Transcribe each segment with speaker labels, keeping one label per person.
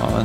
Speaker 1: Ja,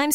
Speaker 2: I'm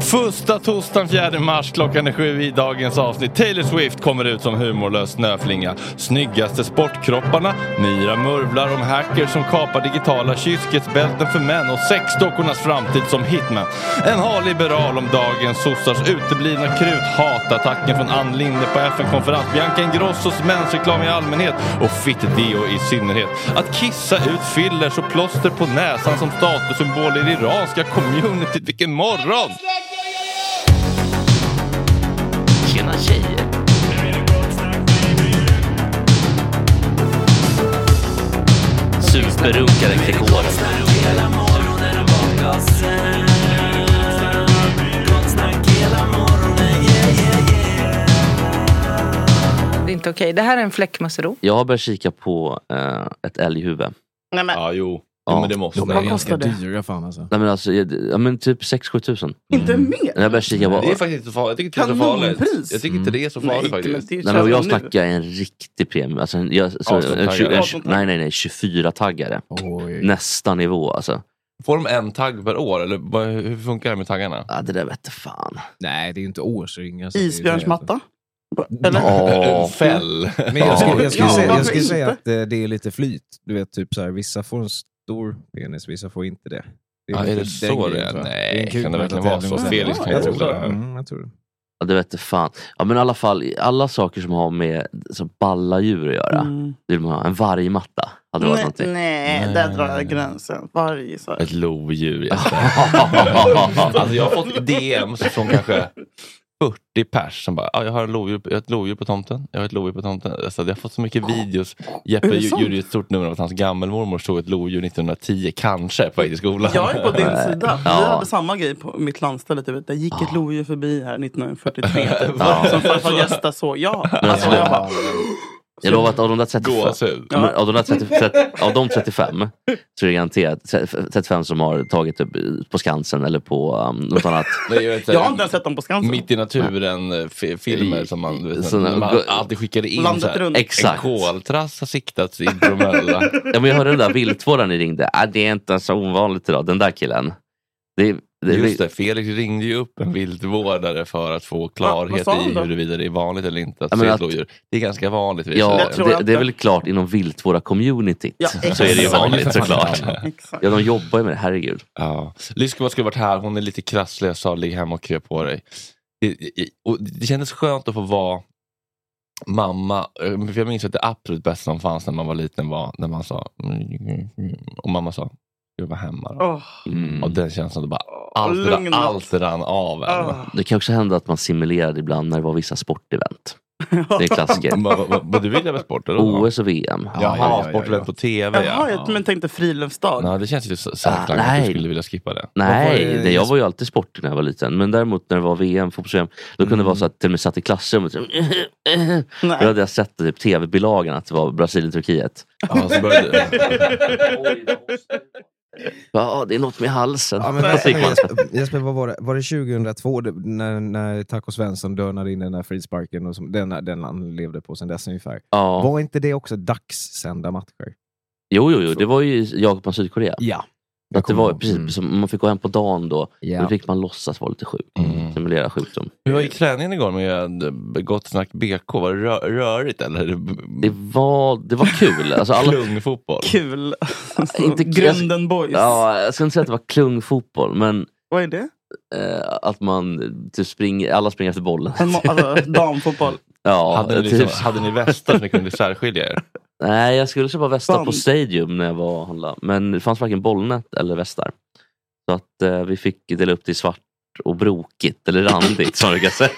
Speaker 1: Första torsdagen 4 mars klockan är sju i dagens avsnitt. Taylor Swift kommer ut som humorlös snöflinga. Snyggaste sportkropparna. Myra murvlar om hackers som kapar digitala kyskhetsbälten för män och sexdockornas framtid som hitman. En hal liberal om dagens sossars uteblivna krut. Hatattacken från Ann Linde på FN-konferens. Bianca Ingrossos mensreklam i allmänhet och Fittdeo i synnerhet. Att kissa ut fillers och plåster på näsan som statussymbol i det iranska communityt. Vilken morgon!
Speaker 3: Tjena tjejer! Superrunkare Gregor.
Speaker 4: inte okej. Det här är en fläckmussero.
Speaker 3: Jag har börjat kika på eh, ett älghuvud.
Speaker 4: Nej, men,
Speaker 1: Ja, jo.
Speaker 3: Ja.
Speaker 1: jo men det måste.
Speaker 5: De är
Speaker 4: Vad
Speaker 5: ganska
Speaker 4: kostar det?
Speaker 5: dyra fan alltså.
Speaker 3: Nej men alltså, jag- ja, men typ 6-7 tusen.
Speaker 4: Mm. Inte mer?
Speaker 3: Jag börjar kika på...
Speaker 1: Det är faktiskt inte så farligt. Jag tycker inte det är så farligt.
Speaker 4: Kanonpris!
Speaker 1: Jag tycker inte det är så farligt faktiskt.
Speaker 4: är ju
Speaker 3: Nej, men
Speaker 4: så
Speaker 3: jag
Speaker 4: nu.
Speaker 3: snackar en riktig premium. Alltså, en- jag, så, en,
Speaker 1: 18-taggare.
Speaker 3: tju- en, nej, nej, nej. 24-taggare.
Speaker 5: Oj.
Speaker 3: Nästa nivå alltså.
Speaker 1: Får de en tagg per år? Eller vad- hur funkar det med taggarna?
Speaker 3: Ja, det där vette fan.
Speaker 5: Nej, det är ju inte årsring. Alltså,
Speaker 4: Isbjörnsmatta? Eller?
Speaker 3: Ja.
Speaker 1: En Fäll.
Speaker 5: Det är ju- Men jag skulle, jag skulle
Speaker 4: Ja,
Speaker 5: säga,
Speaker 4: varför
Speaker 5: jag skulle
Speaker 4: inte?
Speaker 5: säga att eh, det är lite flyt. Du vet, typ så här, vissa får en stor penis, vissa får inte det. det
Speaker 1: Ja, är
Speaker 5: lite
Speaker 1: det
Speaker 5: den
Speaker 1: så det
Speaker 5: grejen,
Speaker 1: är?
Speaker 5: tror jag.
Speaker 1: Nej,
Speaker 5: är en kul
Speaker 1: kan det verkligen
Speaker 5: tävling
Speaker 1: vara så?
Speaker 5: och sådär.
Speaker 1: Felix
Speaker 5: Ja,
Speaker 1: kan
Speaker 5: jag
Speaker 1: ju
Speaker 5: tror
Speaker 1: googla
Speaker 5: det.
Speaker 1: det här.
Speaker 5: Mm, jag tror det.
Speaker 3: Ja, det vette fan. Ja, men i alla fall, alla saker som har med så balla djur att göra.
Speaker 4: Mm.
Speaker 3: Vill man ha en vargmatta? Hade det varit
Speaker 4: Nej,
Speaker 3: någonting.
Speaker 4: nej, där drar jag gränsen. Varg, så.
Speaker 1: Ett lodjur. Jesper. alltså jag har fått DMs från kanske 40 pers som bara, ah, jag har en lodjur, jag har ett lodjur på tomten. Jag har ett lodjur på tomten. Alltså, jag har fått så mycket videos. Jeppe
Speaker 4: Är det
Speaker 1: gj-
Speaker 4: sant?
Speaker 1: gjorde ju ett stort nummer av att hans gammelmormor såg ett lodjur 1910, kanske, på väg till skolan.
Speaker 4: Jag är på din sida. Vi
Speaker 3: Ja.
Speaker 4: hade samma grej på mitt landställe. Typ. Det gick ett lodjur förbi här 1943. Typ.
Speaker 3: Ja.
Speaker 4: Som farfar Gösta såg. Ja.
Speaker 3: Men
Speaker 4: Alltså,
Speaker 3: alltså,
Speaker 4: jag bara,
Speaker 3: Jag lovar att av de där 35,
Speaker 1: Gåshud.
Speaker 3: men av de, där 30, 30, av de 35 så är det garanterat 35 som har tagit typ på Skansen eller på um, något annat.
Speaker 1: Det är ju ett, eh,
Speaker 4: jag har inte ens sett dem på Skansen.
Speaker 1: Mitt i naturen-filmer som man, du vet,
Speaker 3: Såna-
Speaker 1: man alltid skickade in.
Speaker 4: Landet
Speaker 1: så här,
Speaker 4: runt.
Speaker 1: En
Speaker 3: Exakt.
Speaker 1: koltrast har siktats i Bromölla.
Speaker 3: Ja, men jag hörde den där viltvårdaren ni ringde. Ah, det är inte så ovanligt idag, den där killen. Det, är- det, är-
Speaker 1: Just det, Felix ringde ju upp en viltvårdare för att få
Speaker 4: vad
Speaker 1: klarhet
Speaker 4: sa han
Speaker 1: i
Speaker 4: då?
Speaker 1: huruvida det är vanligt eller inte att
Speaker 3: Ja, men
Speaker 1: se ett
Speaker 3: att-
Speaker 1: lodjur. Det är ganska vanligt. visar
Speaker 3: Ja,
Speaker 4: Jag
Speaker 1: det.
Speaker 4: tror
Speaker 3: det,
Speaker 4: inte-
Speaker 3: det är väl klart inom viltvårdarcommunityt.
Speaker 4: Ja,
Speaker 3: så är det ju
Speaker 4: exakt.
Speaker 3: vanligt såklart.
Speaker 4: Exakt.
Speaker 3: Ja, de jobbar ju med det, herregud.
Speaker 1: Ja. Lyskova skulle varit här, hon är lite krasslig. Jag sa ligg hemma och krya på dig. Det, det- och det kändes skönt att få vara mamma. Eh, För jag minns att det absolut bästa som fanns när man var liten var när man sa "Mm, mm", och mamma sa du var hemma. Då.
Speaker 4: Åh,
Speaker 3: Mm.
Speaker 1: Och den känslan, det bara,
Speaker 4: åh, Ah.
Speaker 1: allt, rann,
Speaker 4: lugnet.
Speaker 1: allt rann av en.
Speaker 4: Åh.
Speaker 3: Det kan också hända att man simulerade ibland när det var vissa sportevent. Det är en klassiker.
Speaker 1: Vad- vad- vad- Du vill ha sport? eller?
Speaker 3: OS och VM.
Speaker 1: Jaha,
Speaker 5: Ja, ja, ja,
Speaker 1: sportevent
Speaker 5: ja.
Speaker 1: på tv. ja.
Speaker 4: Jaha, jag men tänkte friluftsdag.
Speaker 1: Nej, det känns ju så- sagt
Speaker 3: Ah,
Speaker 1: att du
Speaker 3: nej.
Speaker 1: skulle vilja skippa det.
Speaker 3: Nej,
Speaker 5: Vad var det-
Speaker 3: det, jag var ju alltid sportig när jag var liten. Men däremot när det var VM, fotbolls-VM, då kunde det vara så att jag till och med satt i klassrummet. Så, då
Speaker 4: Nej.
Speaker 3: hade jag sett typ tv-bilagan att det var Brasilien-Turkiet.
Speaker 1: Ja, så började,
Speaker 3: Ja, det är något med halsen.
Speaker 5: Ja, men,
Speaker 3: Och så gick man.
Speaker 5: Jesper, Jesper, vad var det? Var det 2002 det- när, när Taco Svensson dönade in den där frisparken och som, den, den han levde på sen dess ungefär?
Speaker 3: Ja.
Speaker 5: Var inte det också dagssända matcher?
Speaker 3: Jo, jo, jo, det var ju Japan, Sydkorea.
Speaker 5: Ja.
Speaker 3: Att det var precis som man fick gå hem på dagen då. Då fick man låtsas vara lite sjuk.
Speaker 1: Mm.
Speaker 3: Simulera sjukdom.
Speaker 1: Hur var gick träningen igår med eh, Gott Snack BK? Var det rö- rörigt eller?
Speaker 3: Det var, det var kul. Alltså, alla,
Speaker 1: Klungfotboll?
Speaker 4: Kul.
Speaker 3: Inte-
Speaker 4: Grunden boys.
Speaker 3: ja, jag ska inte säga att det var klungfotboll, men
Speaker 4: Vad är det?
Speaker 3: eh, att man typ springer, alla springer efter bollen.
Speaker 4: En ma- Alltså, damfotboll.
Speaker 3: Ja,
Speaker 1: hade, ni
Speaker 3: typ.
Speaker 1: liksom, hade ni västar som ni kunde särskilja er?
Speaker 3: Nej, jag skulle köpa västar på
Speaker 4: Fan.
Speaker 3: Stadium när jag var och handlade. Men det fanns varken bollnät eller västar. Så att eh, vi fick dela upp det i svart och brokigt, eller randigt som jag brukar säga.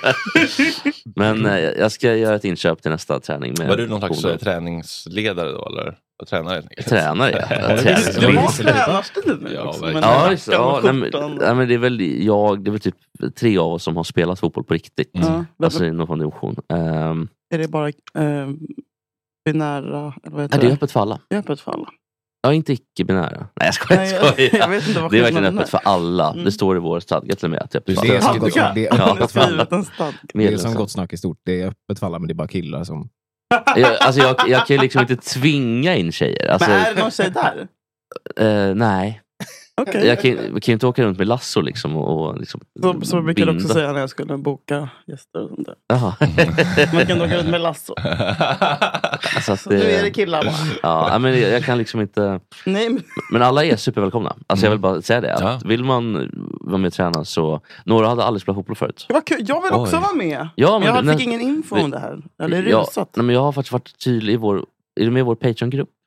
Speaker 3: Men eh, jag ska göra ett inköp till nästa träning. Med
Speaker 1: Var du någon slags eh,
Speaker 3: polare.
Speaker 1: träningsledare då? Eller? Och Tränare? helt enkelt?
Speaker 3: tränare? ja.
Speaker 4: Det
Speaker 3: Tränare.
Speaker 4: var tränarstil nu
Speaker 1: Ja,
Speaker 4: också.
Speaker 1: verkligen.
Speaker 4: med den
Speaker 3: Ja,
Speaker 4: här
Speaker 3: just det.
Speaker 4: jackan och
Speaker 3: Ja, nej, men,
Speaker 4: skjortan.
Speaker 3: nej, men det är väl jag, det är väl typ tre av oss som har spelat fotboll på riktigt.
Speaker 1: Mm.
Speaker 4: Ja, men-
Speaker 3: Alltså i någon form av division. Ehm,
Speaker 4: Är det bara eh, binära? Eller vad heter
Speaker 3: nej, det är öppet för alla.
Speaker 4: Det är öppet för alla.
Speaker 3: Ja, inte icke-binära. Nej, jag skojar.
Speaker 4: Nej,
Speaker 3: Jag
Speaker 4: jag-
Speaker 3: skojar.
Speaker 4: jag vet inte vad
Speaker 3: det är verkligen
Speaker 4: skillnaden
Speaker 3: öppet
Speaker 4: är.
Speaker 3: för alla.
Speaker 4: Mm.
Speaker 3: Det står i vår stadga till och med. Att det är öppet
Speaker 1: Du
Speaker 3: för
Speaker 1: ser
Speaker 3: alla.
Speaker 1: så-
Speaker 5: Gott snack, det är
Speaker 3: Ja.
Speaker 4: Han har
Speaker 5: öppet för alla.
Speaker 4: skrivit en stadga.
Speaker 5: Det är som
Speaker 3: Medlemsen.
Speaker 5: Gott Snack i stort, det är öppet för alla men det är bara killar som...
Speaker 3: Jag, alltså jag, jag kan ju liksom inte tvinga in tjejer. Alltså,
Speaker 4: Men är det någon tjej där?
Speaker 3: eh, nej,
Speaker 4: Okej.
Speaker 3: jag kan, jag kan ju inte åka runt med lasso liksom och, och liksom
Speaker 4: Så, så brukar jag också
Speaker 3: binda.
Speaker 4: säga när jag skulle boka gäster och sånt där.
Speaker 3: Jaha.
Speaker 4: Man kan åka ut med lasso.
Speaker 3: Så att,
Speaker 4: Så nu är det
Speaker 3: eh,
Speaker 4: killar bara.
Speaker 3: ja, nej, men jag jag kan liksom inte...
Speaker 4: Nej, men,
Speaker 3: Men alla är supervälkomna. Alltså jag vill bara säga det. Att
Speaker 1: Ja.
Speaker 3: Vill man vara med och träna så... Några hade aldrig spelat fotboll förut.
Speaker 4: vad kul. Jag vill också
Speaker 1: Oj.
Speaker 4: vara med.
Speaker 3: Ja,
Speaker 4: men jag
Speaker 3: men-
Speaker 4: fick ingen info om det här. Eller
Speaker 3: jag,
Speaker 4: rusat.
Speaker 3: nej, men jag har faktiskt varit tydlig i vår... Är du med i vår Patreon-grupp?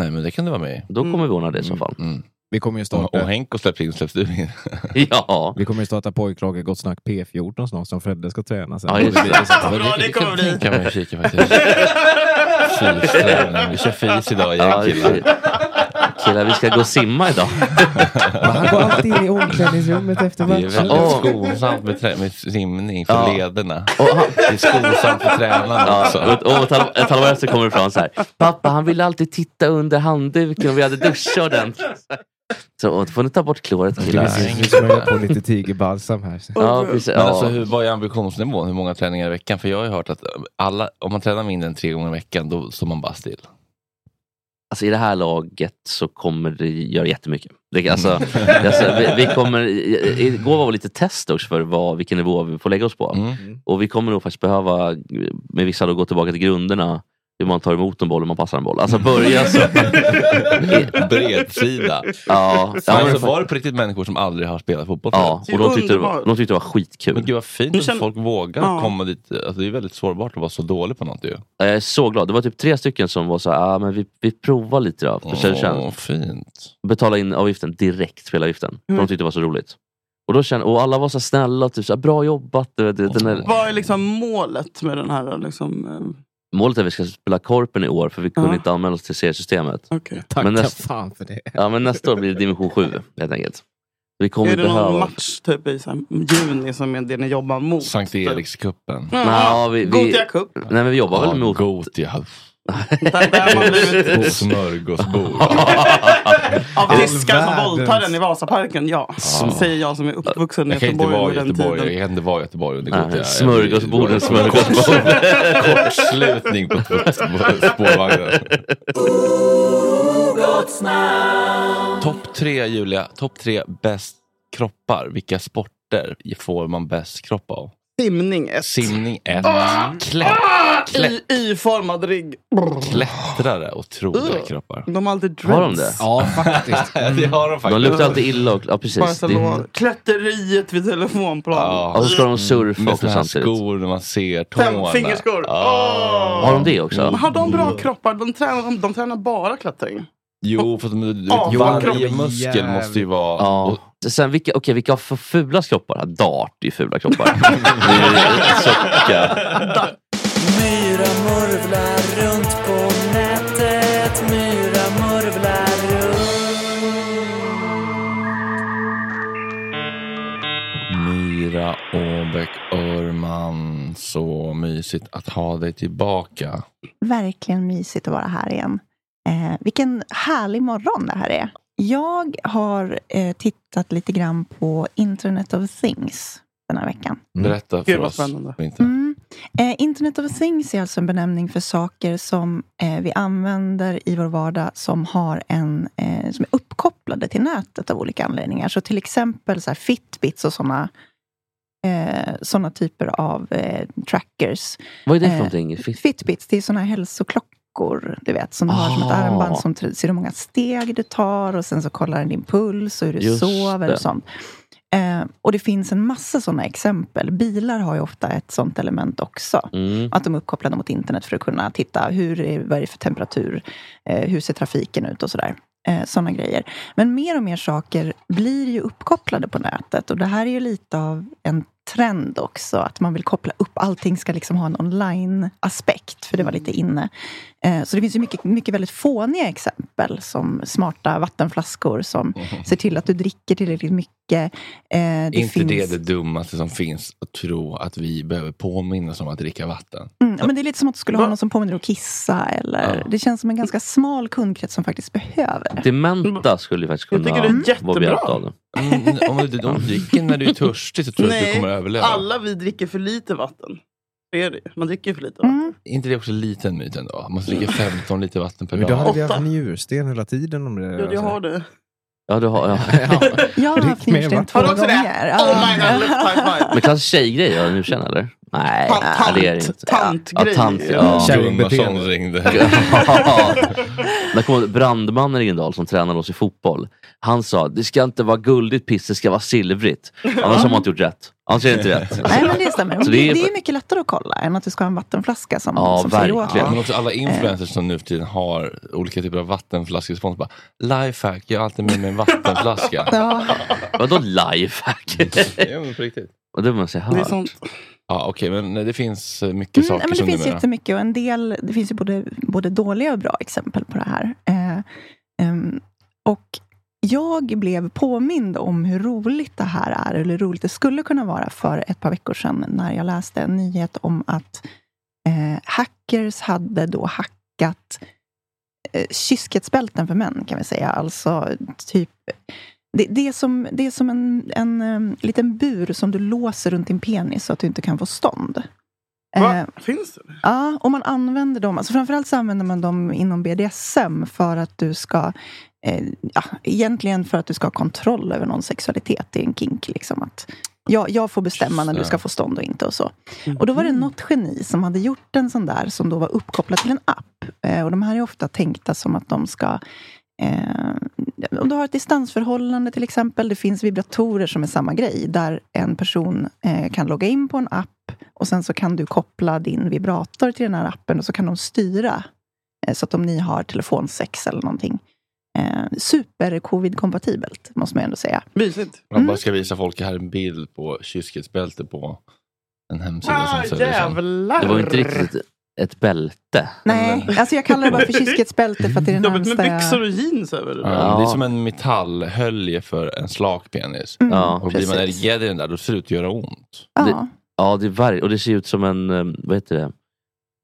Speaker 1: Nej, men det kan du vara med i.
Speaker 3: Då
Speaker 4: Mm.
Speaker 3: kommer vi ordna det i så fall.
Speaker 1: Mm.
Speaker 5: Vi kommer ju
Speaker 1: Om, om
Speaker 5: starta,
Speaker 1: Henko släpps in släpps du in.
Speaker 3: Ja.
Speaker 5: vi kommer ju starta pojklaget Gott Snack P14 snart som Fredde ska träna sen.
Speaker 3: Ja, just det.
Speaker 4: Vad Alltså, bra det kommer bli.
Speaker 1: kan man ju kika faktiskt. Fysträning. Vi kör fys idag igen
Speaker 3: ja
Speaker 1: killar.
Speaker 3: det- Killar, vi ska gå och simma idag.
Speaker 5: Han går alltid in i omklädningsrummet efter
Speaker 1: Det är
Speaker 5: matchen.
Speaker 1: väldigt
Speaker 3: Åh.
Speaker 1: skonsamt med, trä- med simning för
Speaker 3: Ja.
Speaker 1: lederna.
Speaker 3: Och han,
Speaker 1: Det är skonsamt för tränarna
Speaker 3: Ja,
Speaker 1: också.
Speaker 3: och, och ett, halv, ett halvår efter kommer det fram så här. Pappa, han ville alltid titta under handduken och vi hade duschat ordentligt. Så och, får ni ta bort kloret killar.
Speaker 5: Vi smörjer på lite tigerbalsam här.
Speaker 3: Ja, precis,
Speaker 1: Men alltså,
Speaker 3: ja.
Speaker 1: hur, vad är ambitionsnivån? Hur många träningar i veckan? För jag har ju hört att alla, om man tränar mindre än tre gånger i veckan, då står man bara still.
Speaker 3: alltså, I det här laget så kommer det göra jättemycket. Det, alltså, alltså, vi, vi kommer, i- i- igår var det lite test också för vad, vilken nivå vi får lägga oss på.
Speaker 1: Mm.
Speaker 3: Och vi kommer nog faktiskt behöva, med vissa då, gå tillbaka till grunderna. Hur man tar emot en boll och man passar en boll. Alltså börja så.
Speaker 1: Bredsida.
Speaker 3: Ja, ja, men,
Speaker 1: alltså, var det på riktigt människor som aldrig har spelat fotboll?
Speaker 3: ja,
Speaker 1: förut?
Speaker 3: och de tyckte, det var, de tyckte det var
Speaker 1: Men
Speaker 3: skitkul.
Speaker 1: gud vad fint
Speaker 4: Men
Speaker 1: att
Speaker 4: känn-
Speaker 1: folk vågar
Speaker 4: Ja.
Speaker 1: komma dit. Alltså, det är väldigt sårbart att vara så dålig på något ju.
Speaker 3: Jag är så glad. Det var typ tre stycken som var så här, ah, men vi, vi provar lite då. För sen- sen
Speaker 1: Åh, fint.
Speaker 3: Betala in avgiften direkt, spelavgiften. För
Speaker 4: Mm.
Speaker 3: De tyckte det var så roligt. Och, då kände, och alla var så snälla, och typ så här, bra jobbat. Du vet, den här,
Speaker 4: Vad är liksom målet med den här? Liksom, eh,
Speaker 3: målet är att vi ska spela Korpen i år, för vi kunde
Speaker 4: Ja.
Speaker 3: inte anmäla oss till seriesystemet.
Speaker 4: okej.
Speaker 5: Tacka
Speaker 3: näst-
Speaker 5: fan för det.
Speaker 3: Ja, men nästa år blir det division 7, helt enkelt. Vi kommer
Speaker 4: Är det någon
Speaker 3: behöva...
Speaker 4: match typ i så här, juni som är det ni jobbar mot?
Speaker 1: Sankt
Speaker 4: typ?
Speaker 1: Erikscupen.
Speaker 4: Ja,
Speaker 3: Nå, vi- vi-
Speaker 4: Gothia Cup.
Speaker 3: Nej, men vi jobbar väl mot...
Speaker 1: Gothia.
Speaker 4: Där, där man blivit
Speaker 1: Smörgåsbord.
Speaker 4: av tyskar som
Speaker 5: världens-
Speaker 4: våldtar den i Vasaparken, ja. Säger jag som är uppvuxen i
Speaker 1: Jag kan inte
Speaker 4: Göteborg
Speaker 1: vara
Speaker 4: under den
Speaker 1: Göteborg,
Speaker 4: tiden.
Speaker 1: jag kan inte vara Göteborg under
Speaker 3: Nej,
Speaker 1: Gothia.
Speaker 3: smörgåsborden, smörgåsborden.
Speaker 1: Kortslutning på spårvagnen. Topp tre, Julia. Topp tre bäst kroppar. Vilka sporter får man bäst kropp av?
Speaker 4: Simning ett. Ah!
Speaker 1: Simning 1. Klätt,
Speaker 4: I, I-formad rygg.
Speaker 1: klättrare. Otroliga
Speaker 4: Uh.
Speaker 1: kroppar.
Speaker 4: De har alltid dreads.
Speaker 3: Har de det?
Speaker 5: Ja, faktiskt.
Speaker 1: Det har de
Speaker 3: De
Speaker 1: faktiskt.
Speaker 3: luktar alltid illa. Och, ja, precis. Det,
Speaker 4: Barcelona. Mm. Klätteriet vid telefonplanen.
Speaker 3: och så Alltså, ska de surfa
Speaker 1: Med
Speaker 3: också
Speaker 1: såna här
Speaker 3: samtidigt.
Speaker 1: skor när man ser tårna. Ah.
Speaker 4: Femfingerskor. Åh!
Speaker 3: Har de det också?
Speaker 4: Men har de bra kroppar? De tränar, de, de tränar bara klättring.
Speaker 1: Jo, för att de- du vet,
Speaker 4: Ja,
Speaker 1: varje
Speaker 5: kroppen.
Speaker 1: muskel måste ju vara...
Speaker 3: Ja. Sen, vilka, okej, vilka har för fula kroppar? Dart är ju fula kroppar. Det är ju Sucka.
Speaker 6: Myra murvlar runt på nätet Myra murvlar runt
Speaker 1: Myra Åbäck Örman, så mysigt att ha dig tillbaka.
Speaker 7: Verkligen mysigt att vara här igen. Eh, vilken härlig morgon det här är. Jag har eh, tittat lite grann på Internet of Things den här veckan.
Speaker 1: Berätta för
Speaker 4: Gud, vad
Speaker 1: oss.
Speaker 4: spännande.
Speaker 1: Inte.
Speaker 7: Mm. Eh, Internet of Things är alltså en benämning för saker som eh, vi använder i vår vardag som, har en, eh, som är uppkopplade till nätet av olika anledningar. Så till exempel så här Fitbits och såna, eh, såna typer av eh, trackers.
Speaker 3: Vad är det för
Speaker 7: Eh,
Speaker 3: någonting? Fit-
Speaker 7: Fitbits, det är såna här hälsoklockor du vet, som du har som ett
Speaker 3: Ah.
Speaker 7: armband som tr- ser hur många steg du tar och sen så kollar den din puls och hur du
Speaker 3: Just
Speaker 7: sover
Speaker 3: det.
Speaker 7: och sånt. Eh, och det finns en massa såna exempel. Bilar har ju ofta ett sånt element också.
Speaker 3: Mm.
Speaker 7: Att de är uppkopplade mot internet för att kunna titta hur är, vad är det för temperatur, eh, hur ser trafiken ut och sådär. Eh, såna grejer. Men mer och mer saker blir ju uppkopplade på nätet. Och det här är ju lite av en trend också, att man vill koppla upp. Allting ska liksom ha en online-aspekt, för det var lite inne. Eh, så det finns ju mycket, mycket väldigt fåniga exempel, som smarta vattenflaskor som ser till att du dricker tillräckligt mycket. Eh, det
Speaker 1: inte
Speaker 7: finns...
Speaker 1: det det dummaste som finns, att tro att vi behöver påminnas om att dricka vatten.
Speaker 7: Mm, ja, men det är lite som att du skulle ha någon som påminner dig att kissa. Eller, Det känns som en ganska smal kundkrets som faktiskt behöver det.
Speaker 3: Dementa skulle ju faktiskt
Speaker 4: Jag
Speaker 3: kunna
Speaker 4: tycker det är
Speaker 3: vara
Speaker 4: jättebra.
Speaker 3: behjälpt av det.
Speaker 1: Mm, om, du, om du dricker när du är törstig så tror jag att du
Speaker 4: Nej,
Speaker 1: kommer att överleva.
Speaker 4: Alla vi dricker för lite vatten. Det är det ju. Man dricker ju för lite vatten.
Speaker 7: Mm.
Speaker 1: Är inte det också en liten myt ändå? Man måste dricka 15 liter vatten per
Speaker 5: Men då hade
Speaker 1: dag.
Speaker 5: vi haft
Speaker 4: Åtta.
Speaker 5: njursten hela tiden om det.
Speaker 4: Ja, det har du.
Speaker 3: Ja, du har, ja.
Speaker 5: Ja.
Speaker 7: Jag har
Speaker 5: Drick
Speaker 7: haft
Speaker 5: mer
Speaker 7: njursten
Speaker 5: vatten.
Speaker 7: två
Speaker 4: Har du också det?
Speaker 7: gånger. Ja.
Speaker 4: Oh my god, let's high five.
Speaker 3: Men klassisk tjejgrej, ja, nu känner eller? äh, Nej,
Speaker 4: Tant-
Speaker 3: ja, det är det inte.
Speaker 4: tantgrej.
Speaker 3: Ja, tant, ja.
Speaker 1: Gunnarsson ringde.
Speaker 3: Där kom brandmannen i Gröndal som tränade oss i fotboll. Han sa, det ska inte vara guldigt piss, det ska vara silvrigt. Annars har man inte gjort rätt. Annars är det inte rätt.
Speaker 7: Nej, men det stämmer. Det,
Speaker 3: Så det är-
Speaker 7: det är mycket lättare att kolla än att du ska ha en vattenflaska som,
Speaker 3: Ja,
Speaker 7: som säger åt dig.
Speaker 3: verkligen.
Speaker 1: Men också
Speaker 7: Eh.
Speaker 1: alla influencers som nu för tiden har olika typer av vattenflaskespons. bara, Lifehack, jag har alltid med mig en vattenflaska.
Speaker 7: Ja.
Speaker 3: Vadå lifehack?
Speaker 1: ja, men på riktigt.
Speaker 3: Och det måste jag
Speaker 4: Det är
Speaker 3: höra.
Speaker 4: sånt.
Speaker 1: Ja, okej, men det finns eh, mycket
Speaker 7: Mm,
Speaker 1: saker
Speaker 7: nej, men det
Speaker 1: som
Speaker 7: finns
Speaker 1: numera...
Speaker 7: jättemycket och en del, det finns ju både, både dåliga och bra exempel på det här. Eh, ehm, Och jag blev påmind om hur roligt det här är, eller hur roligt det skulle kunna vara, för ett par veckor sedan när jag läste en nyhet om att eh, hackers hade då hackat eh, kyskhetsbälten för män, kan vi säga. Alltså, typ... Det, det är som, det är som en, en eh, liten bur som du låser runt din penis så att du inte kan få stånd.
Speaker 4: Va?
Speaker 7: Eh,
Speaker 4: Finns det?
Speaker 7: Ja, och man använder dem. Alltså framförallt så använder man dem inom BDSM för att du ska... Eh, ja, egentligen för att du ska ha kontroll över någon sexualitet. Det är en kink. Liksom, att jag, jag får bestämma när du ska få stånd och inte. och så. Och då var det
Speaker 4: Mhm.
Speaker 7: något geni som hade gjort en sån där som då var uppkopplad till en app. Eh, och de här är ofta tänkta som att de ska Eh, om du har ett distansförhållande till exempel, det finns vibratorer som är samma grej, där en person eh, kan logga in på en app och sen så kan du koppla din vibrator till den här appen och så kan de styra, eh, så att om ni har telefonsex eller någonting. Eh, Super-covid-kompatibelt, måste man ju ändå säga.
Speaker 4: Mysigt.
Speaker 1: Man
Speaker 7: Mm.
Speaker 1: bara ska visa folk här en bild på kyskhetsbälte på en hemsida
Speaker 4: Ah,
Speaker 1: som säljer sånt.
Speaker 4: jävlar!
Speaker 3: Det var ju inte riktigt ett bälte.
Speaker 7: Nej, alltså jag kallar det bara för kyskhetsbälte för att det är det
Speaker 4: De har med
Speaker 7: närmsta
Speaker 4: byxor
Speaker 7: jag...
Speaker 4: och jeans över det.
Speaker 1: Ja,
Speaker 3: Ja.
Speaker 1: Det är som en metallhölje för en slak penis.
Speaker 7: Mm,
Speaker 3: Ja,
Speaker 1: och blir man
Speaker 7: precis.
Speaker 1: erigad i den där, då ser det ut att göra ont.
Speaker 7: Ja.
Speaker 3: Ja, det är varg, och det ser ut som en, eh, vad heter det,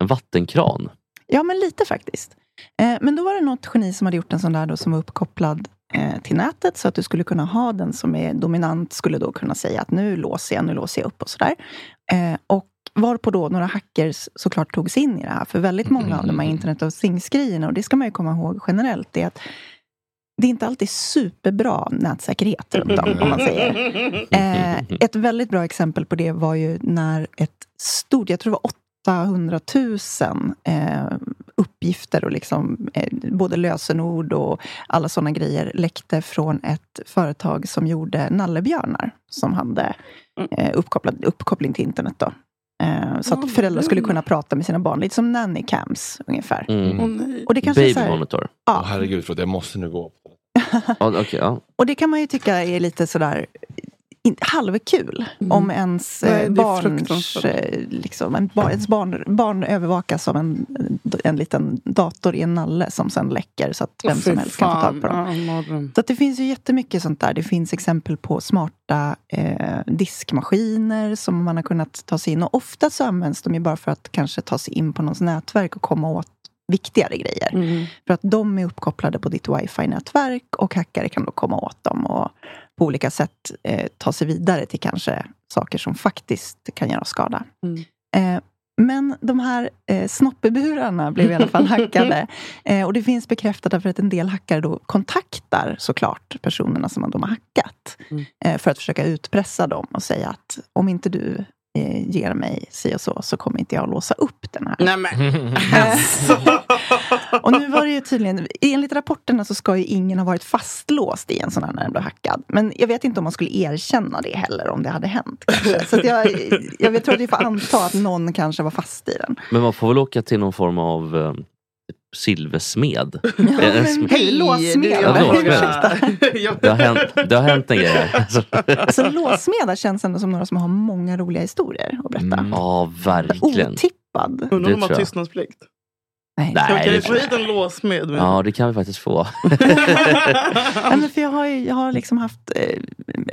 Speaker 3: en vattenkran.
Speaker 7: Ja, men lite faktiskt. Eh, men då var det något geni som hade gjort en sån där då, som var uppkopplad eh, till nätet så att du skulle kunna ha den som är dominant skulle då kunna säga att nu låser jag, nu låser jag upp och sådär. Eh, och varpå då några hackers såklart tog sig in i det här. För väldigt
Speaker 3: Mm.
Speaker 7: många av de här Internet of Things-grejerna, och det ska man ju komma ihåg generellt, är att det är inte alltid superbra nätsäkerhet runt om, om man säger. Eh, ett väldigt bra exempel på det var ju när ett stort, jag tror det var 800 000 eh, uppgifter och liksom, eh, både lösenord och alla såna grejer läckte från ett företag som gjorde nallebjörnar som hade eh, uppkopplad, uppkoppling till internet. Då. Eh, så att föräldrar skulle kunna prata med sina barn, lite som nannycams ungefär.
Speaker 4: Åh,
Speaker 3: Mm.
Speaker 4: nej.
Speaker 7: Och det kanske är
Speaker 3: Baby
Speaker 7: så här,
Speaker 3: monitor.
Speaker 1: Åh, herregud, förlåt, jag måste nu gå.
Speaker 3: Ja, okej, ja.
Speaker 7: och det kan man ju tycka är lite sådär in, halvkul om ens,
Speaker 4: Mm. Nej, det
Speaker 7: eh,
Speaker 4: är
Speaker 7: barns,
Speaker 4: fruktansvärt.
Speaker 7: eh, liksom, en, bar- ens barn, barn övervakas av en, en liten dator i en nalle som sen läcker så att vem
Speaker 4: Fy
Speaker 7: som helst kan få
Speaker 4: fan.
Speaker 7: tag på dem.
Speaker 4: Ja, morgon.
Speaker 7: Så att det finns ju jättemycket sånt där. Det finns exempel på smarta eh, diskmaskiner som man har kunnat ta sig in. Och ofta så används de ju bara för att kanske ta sig in på någons nätverk och komma åt viktigare grejer.
Speaker 4: Mm.
Speaker 7: För att de är uppkopplade på ditt wifi-nätverk och hackare kan då komma åt dem och på olika sätt eh, ta sig vidare till kanske saker som faktiskt kan göra skada.
Speaker 4: Mm.
Speaker 7: Eh, men de här eh, snoppeburarna blev i alla fall hackade. Eh, och det finns bekräftat därför att en del hackare då kontaktar såklart personerna som de har hackat
Speaker 4: Mm.
Speaker 7: eh, för att försöka utpressa dem och säga att om inte du eh, ger mig si och så, så kommer inte jag låsa upp den här.
Speaker 4: Nej men alltså.
Speaker 7: Och nu var det ju tydligen, enligt rapporterna så ska ju ingen ha varit fastlåst i en sån här när den blev hackad. Men jag vet inte om man skulle erkänna det heller om det hade hänt. kanske. Så att jag, jag tror att vi får anta att någon kanske var fast i den.
Speaker 3: Men man får väl åka till någon form av eh, silversmed. Eh, en sm-
Speaker 7: Hej, låssmed.
Speaker 4: du, jag
Speaker 3: Låssmed.
Speaker 4: frågar. Jag-
Speaker 3: Det har hänt, det har hänt en grej här. Alltså,
Speaker 7: Alltså låssmedar känns ändå som några som har många roliga historier att berätta.
Speaker 3: Ja, verkligen.
Speaker 7: Otippad.
Speaker 4: Undrar om de
Speaker 3: tror
Speaker 4: har
Speaker 3: jag.
Speaker 4: tystnadsplikt.
Speaker 7: Nej.
Speaker 3: Nej.
Speaker 4: Kan vi
Speaker 3: det-
Speaker 4: få hit en låsmed? men-
Speaker 3: Ja, det kan vi faktiskt få.
Speaker 7: Eh, Nej, men för jag har, ju, jag har liksom haft eh,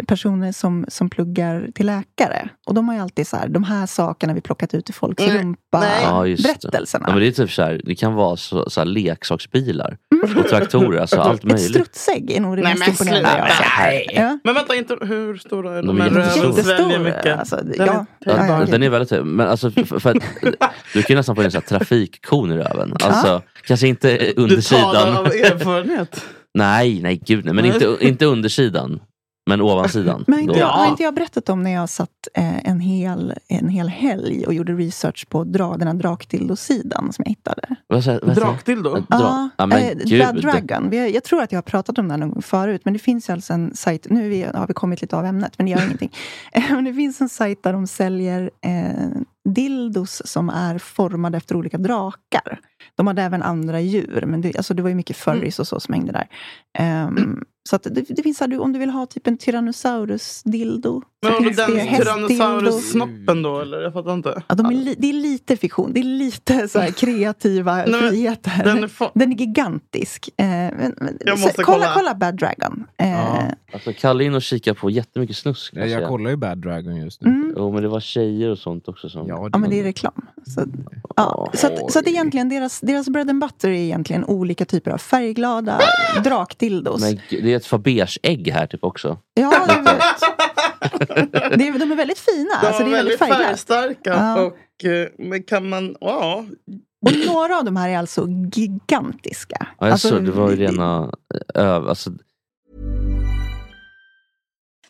Speaker 7: personer som, som pluggar till läkare. Och de har ju alltid så här, de här sakerna vi plockat ut i folks
Speaker 4: Nej.
Speaker 7: rumpa.
Speaker 4: Nej.
Speaker 3: Ja, just det.
Speaker 7: berättelserna.
Speaker 3: Ja, men det, är typ så här, det kan vara så, så här leksaksbilar och traktorer, alltså allt
Speaker 7: Mm. Ett
Speaker 3: möjligt.
Speaker 7: strutsägg är nog det
Speaker 4: Nej,
Speaker 7: mest
Speaker 4: men
Speaker 7: imponerande jag har
Speaker 3: alltså,
Speaker 4: sluta.
Speaker 7: sett. Ja.
Speaker 4: Men vänta, inte, hur stora är de?
Speaker 3: De är
Speaker 4: Men röven
Speaker 3: jättestora.
Speaker 4: sväljer mycket.
Speaker 7: Alltså,
Speaker 4: Den
Speaker 7: ja.
Speaker 4: är-
Speaker 7: Ja, ja,
Speaker 3: Ja,
Speaker 7: okej.
Speaker 3: den är väldigt hög. Men alltså, för, för att, du kan ju nästan få in en sån här trafikkon i röven. Alltså, kanske inte eh,
Speaker 4: Du talar
Speaker 3: undersidan.
Speaker 4: av erfarenhet.
Speaker 3: Nej, nej gud nej. Men inte, inte undersidan. Men ovansidan.
Speaker 7: Men har inte,
Speaker 3: Då-
Speaker 7: jag, har
Speaker 4: Ja.
Speaker 7: inte jag berättat om när jag satt eh, en, hel, en hel helg och gjorde research på dra, den här drakdildosidan som jag hittade?
Speaker 3: Vad säger- vad säger-
Speaker 4: Drakdildo?
Speaker 3: Dra- Ja, men
Speaker 7: eh,
Speaker 3: gud.
Speaker 7: Blood Dragon. Vi, har- jag tror att jag har pratat om det här någon gång förut, men det finns ju alltså en sajt, nu är vi, har vi kommit lite av ämnet, men det gör ingenting. Eh, men det finns en sajt där de säljer eh, dildos som är formade efter olika drakar. De hade även andra djur, men det, alltså det var ju mycket furries och så som hängde där. Ehm, Så att det, det finns, så här, du, om du vill ha typ en Tyrannosaurus-dildo.
Speaker 4: Men
Speaker 7: så
Speaker 4: vadå,
Speaker 7: finns det
Speaker 4: den
Speaker 7: hästdildo.
Speaker 4: Tyrannosaurus-snoppen då eller? Jag fattar inte.
Speaker 7: Ja, de är li, det är lite fiktion, det är lite så här kreativa
Speaker 4: Nej, men
Speaker 7: friheter.
Speaker 4: den är
Speaker 7: gigantisk. Eh, men, men,
Speaker 3: Jag
Speaker 7: så,
Speaker 3: måste
Speaker 7: kolla,
Speaker 3: kolla.
Speaker 7: kolla Bad Dragon. Eh,
Speaker 3: Alltså, Kalle är inne och kikar på jättemycket snusk.
Speaker 5: Nej, jag kollar
Speaker 3: ju Bad Dragon just
Speaker 7: nu. Mm.
Speaker 3: Jo, men det var tjejer och sånt också. Som...
Speaker 7: Ja, men det är reklam. Så, ja, så, att, så att egentligen deras, deras bread and butter är egentligen olika typer av färgglada drakdildos.
Speaker 3: Men gud, det är ett Faberge-ägg här typ också.
Speaker 7: Ja, jag vet. det, är- de är väldigt fina.
Speaker 4: De
Speaker 7: alltså,
Speaker 4: var
Speaker 7: det är väldigt
Speaker 4: väldigt
Speaker 7: färgglatt.
Speaker 4: färgstarka.
Speaker 7: Ja.
Speaker 4: Och, eh, men kan man... Ja.
Speaker 7: Och några av de här är alltså gigantiska.
Speaker 3: Ja, jag
Speaker 7: Alltså,
Speaker 3: såg, det var ju rena... Öv, alltså,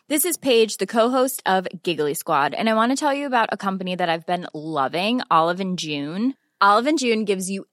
Speaker 8: This is Paige, the co-host of Giggly Squad, and I want to tell you about a company that I've been loving, Olive and June. Olive and June gives you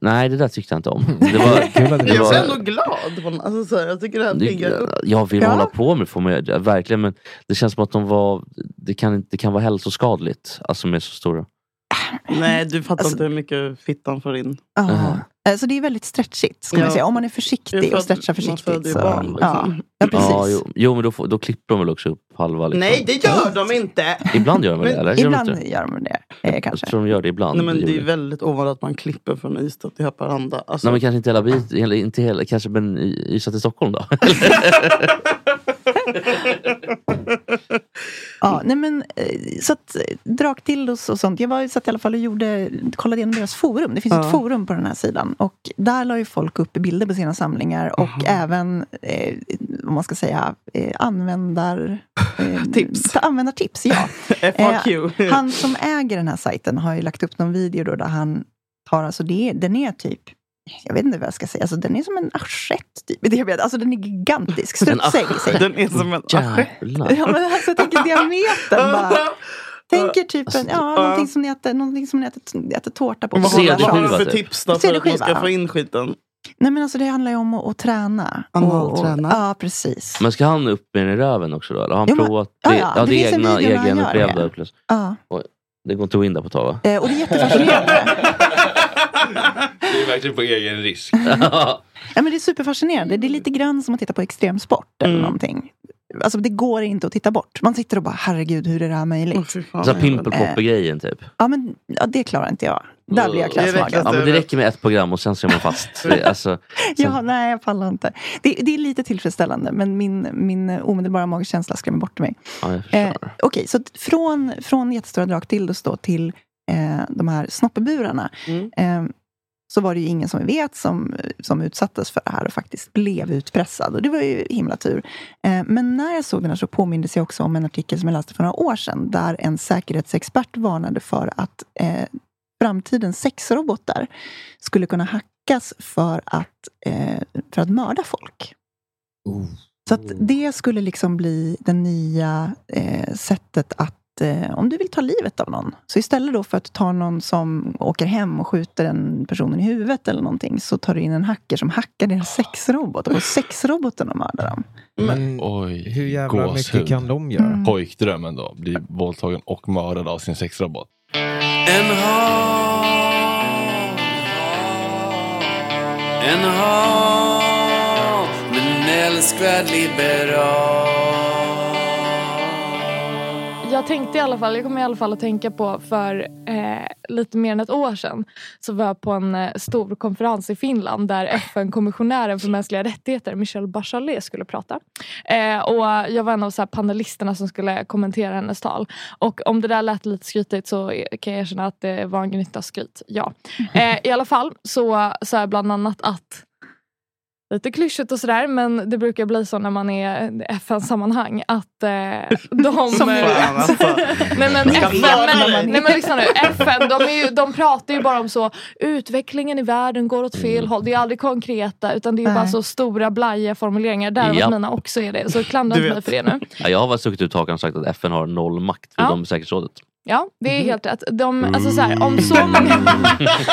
Speaker 3: nej, det där tyckte jag inte om. Det var, det
Speaker 4: Jag är
Speaker 3: var,
Speaker 4: ändå glad. på- Alltså, så här, jag tycker det här piggar upp.
Speaker 3: jag vill
Speaker 4: Ja.
Speaker 3: hålla på med det, får man göra, verkligen. Men det känns som att de var, det, kan, inte- det kan vara hälsoskadligt. Alltså med så stora.
Speaker 4: Nej, du fattar
Speaker 7: Alltså-
Speaker 4: inte hur mycket fittan får in.
Speaker 7: Ja. Eh, Så det är väldigt stretchigt, ska man
Speaker 4: Ja.
Speaker 7: säga. Om man är
Speaker 4: Det är
Speaker 7: försiktig
Speaker 4: för
Speaker 7: och
Speaker 4: att
Speaker 7: stretchar
Speaker 4: man föder
Speaker 7: försiktigt.
Speaker 4: ju
Speaker 7: Så,
Speaker 4: barn,
Speaker 7: ja.
Speaker 4: liksom.
Speaker 7: ja, precis.
Speaker 3: Ja, jo, jo, men då, får, då klipper de väl också upp halva. Liksom.
Speaker 4: Nej, det gör de inte!
Speaker 3: Ibland gör de det, eller?
Speaker 4: Ibland
Speaker 3: de inte?
Speaker 7: gör de det, eh, kanske.
Speaker 3: Jag tror de gör det ibland.
Speaker 4: Nej, men det är
Speaker 3: Julia.
Speaker 4: väldigt ovanligt att man klipper från Ystad till Haparanda. Alltså,
Speaker 3: Nej, men kanske inte hela bit, hela, inte hela, kanske men i- Ystad till Stockholm då?
Speaker 7: Ja, nej men, eh, så att eh, drakdildos och sånt. Jag var ju satt i alla fall och gjorde, kollade igenom deras forum. Det finns
Speaker 4: Ja.
Speaker 7: ett forum på den här sidan. Och där la ju folk upp bilder på sina samlingar och även, eh, vad man ska säga, eh, användar... Eh, tips. Ta, användartips, ja.
Speaker 4: FAQ.
Speaker 7: Eh, han som äger den här sajten har ju lagt upp någon video då där han tar, alltså det, är- den är typ jag vet inte vad jag ska säga. Alltså, den är som en assiett. Typ. Det jag vet. Alltså, den är gigantisk. Strutsägg. säger jag.
Speaker 4: Den är som en assiett.
Speaker 7: Ja, men alltså, jag tänker diametern bara. Tänker typ en, ja, någonting som ni äter, någonting som ni äter, äter tårta på.
Speaker 4: Vad har du- vad har du för
Speaker 7: CD-skiva, typ.
Speaker 4: tips då för att man ska
Speaker 7: CD-skiva.
Speaker 4: få in skiten?
Speaker 7: Nej, men alltså, det handlar ju om att, att träna. Analträna? Ja, precis.
Speaker 3: Men ska han upp med den i röven också då? Eller har han
Speaker 7: Jo, men-
Speaker 3: provat?
Speaker 7: ja,
Speaker 3: det,
Speaker 7: ja,
Speaker 3: ja,
Speaker 7: det
Speaker 3: det
Speaker 7: finns
Speaker 3: är
Speaker 7: en
Speaker 3: egna,
Speaker 7: video när han gör
Speaker 3: egenupplevda
Speaker 7: det.
Speaker 3: upplevelser.
Speaker 7: Ja.
Speaker 3: Oj, Det går inte att gå in där på ett tag va?
Speaker 7: Eh, och det är jättefascinerande.
Speaker 1: Det är verkligen på egen risk.
Speaker 7: ja, men det är superfascinerande. Det är lite grann som att titta på extremsport eller någonting. Alltså, det går inte att titta bort. Man sitter och bara, herregud, hur är det här möjligt?
Speaker 3: Så här pimple popper grejen typ.
Speaker 7: Ja, men ja, det klarar inte jag. Eh, Där blir jag
Speaker 3: ja,
Speaker 7: kräsmagen.
Speaker 3: men Det räcker med ett program och sen så är man fast. Det, alltså,
Speaker 7: Ja, nej, jag pallar inte. Det, det är lite tillfredsställande, men min, min omedelbara magkänsla skrämmer bort mig.
Speaker 3: ja, jag
Speaker 7: Eh, Okej, så att från, från jättestora drakdildos då till eh, de här snoppeburarna eh, så var det ju ingen som vi vet som, som utsattes för det här och faktiskt blev utpressad. Och det var ju himla tur. Eh, men när jag såg den här så påmindes jag också om en artikel som jag läste för några år sedan där en säkerhetsexpert varnade för att eh, framtidens sexrobotar skulle kunna hackas för att, eh, för att mörda folk. Så att det skulle liksom bli det nya eh, sättet att eh, om du vill ta livet av någon, så istället då för att ta någon som åker hem och skjuter den personen i huvudet eller någonting, så tar du in en hacker som hackar deras sexrobot och sexroboten och mördar dem.
Speaker 5: Men
Speaker 1: Oj,
Speaker 5: Mm. hur jävla mycket kan de göra?
Speaker 1: Mm. Pojkdrömmen då, bli våldtagen och mördad av sin sexrobot.
Speaker 6: En hav En hav Men älskvärd liberal
Speaker 9: Jag tänkte i alla fall, jag kommer i alla fall att tänka på för eh, lite mer än ett år sedan så var jag på en eh, stor konferens i Finland där FN-kommissionären för mänskliga rättigheter Michelle Bachelet skulle prata. Eh, och jag var en av så här, panelisterna som skulle kommentera hennes tal. Och om det där lät lite skrytigt så kan jag erkänna att det var en gnutta skryt. Ja. Eh, I alla fall så sa jag bland annat att lite klyschigt och sådär men det brukar bli så när man är i FN-sammanhang att eh, de...
Speaker 6: Som nu. Fan, alltså.
Speaker 9: nej men
Speaker 6: Ska
Speaker 9: FN,
Speaker 6: prata
Speaker 9: men,
Speaker 6: om-
Speaker 9: nej, men lyssna nu. FN de, är ju, de pratar ju bara om så utvecklingen i världen går åt fel håll. Det är aldrig konkreta utan det är ju bara så stora blajiga formuleringar. Därav
Speaker 3: Japp.
Speaker 9: att mina också är det. Så klandra
Speaker 3: Du
Speaker 9: inte mig
Speaker 3: vet.
Speaker 9: för det nu.
Speaker 3: Ja, jag har varit stuckit ut takan och sagt att FN har noll makt
Speaker 9: Ja.
Speaker 3: förutom säkerhetsrådet.
Speaker 9: Ja, det är helt rätt. De, alltså så här, om så många...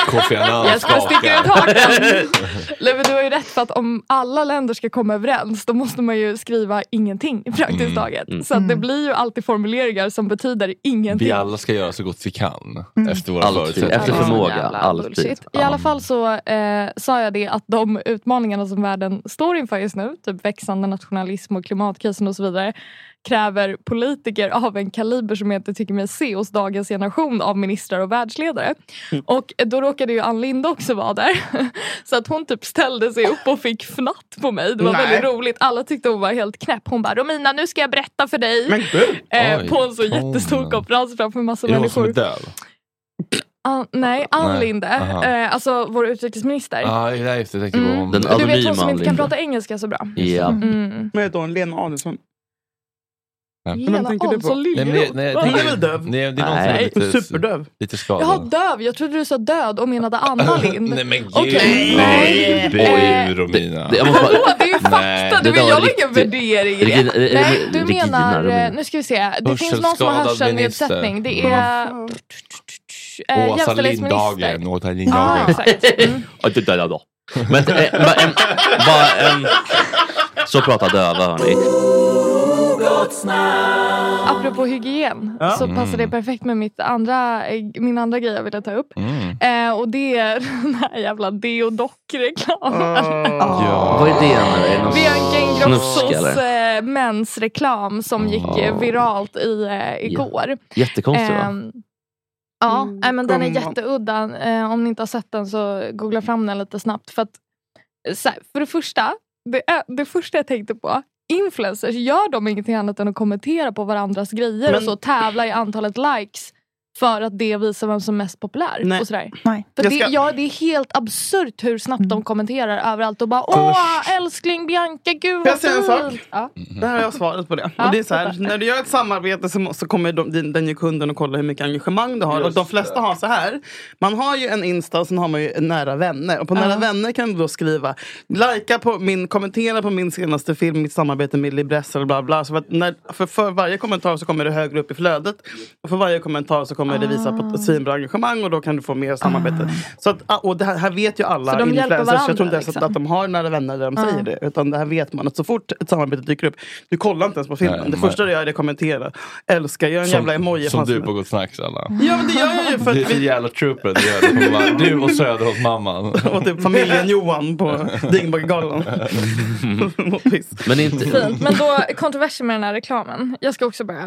Speaker 1: Kofi Annan
Speaker 9: Jag ska sticka ut hakan.
Speaker 1: skakar.
Speaker 9: Nej, men du har ju rätt för att om alla länder ska komma överens då måste man ju skriva ingenting praktiskt
Speaker 1: Mm,
Speaker 9: taget.
Speaker 1: mm.
Speaker 9: Så att det blir ju alltid formuleringar som betyder ingenting.
Speaker 1: Vi alla ska göra så gott vi kan.
Speaker 9: Mm.
Speaker 1: Efter våra
Speaker 3: Alltid.
Speaker 1: förutsättningar.
Speaker 3: Efter förmåga, Jävla alltid.
Speaker 9: Bullshit. I alla fall så eh, sa jag det att de utmaningarna som världen står inför just nu, typ växande nationalism och klimatkrisen och så vidare, kräver politiker av en kaliber som jag inte tycker mig se hos dagens generation av ministrar och världsledare. Och då råkade ju Ann Linde också vara där. Så att hon typ ställde sig upp och fick fnatt på mig. Det var
Speaker 6: Nej.
Speaker 9: väldigt roligt. Alla tyckte hon var helt knäpp. Hon bara, Romina nu ska jag berätta för dig.
Speaker 6: Men gud!
Speaker 9: Eh,
Speaker 6: Oj,
Speaker 9: på en så jättestor
Speaker 6: tonen.
Speaker 7: Mm.
Speaker 9: konferens framför en massa
Speaker 1: Är det hon som
Speaker 9: människor.
Speaker 1: är döv?
Speaker 9: An, nej, Ann
Speaker 1: Nej,
Speaker 9: Linde.
Speaker 1: aha.
Speaker 9: Eh, alltså vår utrikesminister.
Speaker 1: Ja, det där just det. Jag tänkte på
Speaker 9: Mm.
Speaker 1: om-
Speaker 3: Den
Speaker 9: du vet hon
Speaker 3: anonyma
Speaker 9: som
Speaker 3: Ann
Speaker 9: inte kan
Speaker 3: Linde.
Speaker 9: prata engelska så bra.
Speaker 3: Ja.
Speaker 9: Mm.
Speaker 4: Men då en Lena Adelsohn.
Speaker 9: Lena Adelsohn
Speaker 1: Nej, men det- nej,
Speaker 9: Liljeroth.
Speaker 1: det-
Speaker 9: Hon är väl döv?
Speaker 1: Nej, det är någon som
Speaker 4: Nej.
Speaker 1: är lite,
Speaker 4: Superdöv.
Speaker 1: lite
Speaker 9: Jaha,
Speaker 1: skadad.
Speaker 9: döv. Jag trodde du sa död och menade Anna Lind.
Speaker 1: Nej men gud.
Speaker 9: Okej.
Speaker 1: Nej.
Speaker 9: Nej.
Speaker 1: Oj, Romina.
Speaker 3: det- jag måste bara-
Speaker 9: Vadå, det är ju
Speaker 1: Nej,
Speaker 9: fakta.
Speaker 1: det
Speaker 9: Du,
Speaker 1: där
Speaker 9: jag
Speaker 1: var
Speaker 9: har ingen
Speaker 1: riktigt-
Speaker 9: värdering i det.
Speaker 3: Regina- eh,
Speaker 9: Nej, du
Speaker 3: Regina
Speaker 9: menar... eh,
Speaker 3: Rubin.
Speaker 9: Nu ska vi se. Det finns någon som har
Speaker 1: Hörselskadad
Speaker 9: hörselnedsättning. Det är...
Speaker 4: Mm.
Speaker 9: Mm. eh,
Speaker 1: Åsa
Speaker 9: jämställdhetsminister.
Speaker 1: Lindhagen. Åsa
Speaker 9: Ja,
Speaker 1: Lindhagen.
Speaker 9: Ah, exakt.
Speaker 3: Ja, det där, ja, då. Men eh, bara en, bara en... Så pratar döva hörni.
Speaker 9: Apropå hygien
Speaker 3: Ja.
Speaker 9: så passar det
Speaker 3: Mm.
Speaker 9: perfekt med mitt andra, eh, min andra grej jag ville ta upp.
Speaker 3: Mm.
Speaker 9: Eh, och det är den här jävla Deodoc-reklamen.
Speaker 3: Vad är det nu? Är det någon
Speaker 9: Bianca
Speaker 3: snusk,
Speaker 9: Ingrossos
Speaker 3: eller?
Speaker 9: eh, mensreklam som gick
Speaker 7: Ah.
Speaker 9: eh, viralt i, eh, igår.
Speaker 3: Jättekonstigt va?
Speaker 9: Ehm, Ja,
Speaker 7: Mm.
Speaker 9: nej, men den är
Speaker 3: kom ihåg.
Speaker 9: jätteudda. Eh, om ni inte har sett den så googla fram den lite snabbt. För, att, eh, så här, för det första, det, är, det första jag tänkte på. Influencers, gör de ingenting annat än att kommentera på varandras grejer
Speaker 4: Men-
Speaker 9: och så tävla i antalet likes för att det visar vem som är mest populär?
Speaker 4: Nej.
Speaker 9: Och sådär.
Speaker 7: Nej.
Speaker 9: För
Speaker 4: Jag
Speaker 9: det,
Speaker 4: ska-
Speaker 9: ja, det är helt absurt hur snabbt de kommenterar överallt och bara Åh älskling Bianca, gud
Speaker 4: Får jag
Speaker 9: vad
Speaker 4: säga en sak?
Speaker 9: fint! Ja.
Speaker 4: Där har jag svaret på det. och det är så här, när du gör ett samarbete så, må- så kommer de, din, den ju kunden och kolla hur mycket engagemang du har. och de flesta har så här. Man har ju en Insta och sen har man ju en nära vänner. Och på nära vänner kan du då skriva, likea på min, kommentera på min senaste film, mitt samarbete med Libresse och bla bla. Så för, att när, för, för varje kommentar så kommer det högre upp i flödet. Och för varje kommentar så kommer det visa
Speaker 9: Ah.
Speaker 4: på svinbra engagemang och då kan du få mer samarbete. Så att, ah, och det här, här vet ju alla
Speaker 9: Så de hjälper
Speaker 4: influencers. Jag tror
Speaker 9: varandra,
Speaker 4: inte ens att,
Speaker 9: liksom. Ah.
Speaker 4: att de har nära vänner där de
Speaker 9: Ja.
Speaker 4: säger det. Utan det här vet man att så fort ett samarbete dyker upp, du kollar inte ens på filmen.
Speaker 1: Nej,
Speaker 4: det
Speaker 1: man-
Speaker 4: första du gör är att kommentera. Älskar, gör en jävla emoji.
Speaker 1: som
Speaker 4: fanns
Speaker 1: du
Speaker 4: det. Mm.
Speaker 1: på Gott Snack Salla.
Speaker 4: Ja men det gör jag ju för
Speaker 1: Du är
Speaker 4: att
Speaker 1: så
Speaker 4: vi...
Speaker 1: jävla trooper. Du, gör det. Hon bara, du och Söderholmsmamman.
Speaker 4: Och typ familjen Johan på Dingbaggegalan.
Speaker 3: Men inte...
Speaker 9: Fint, men då kontroversen med den här reklamen. Jag ska också börja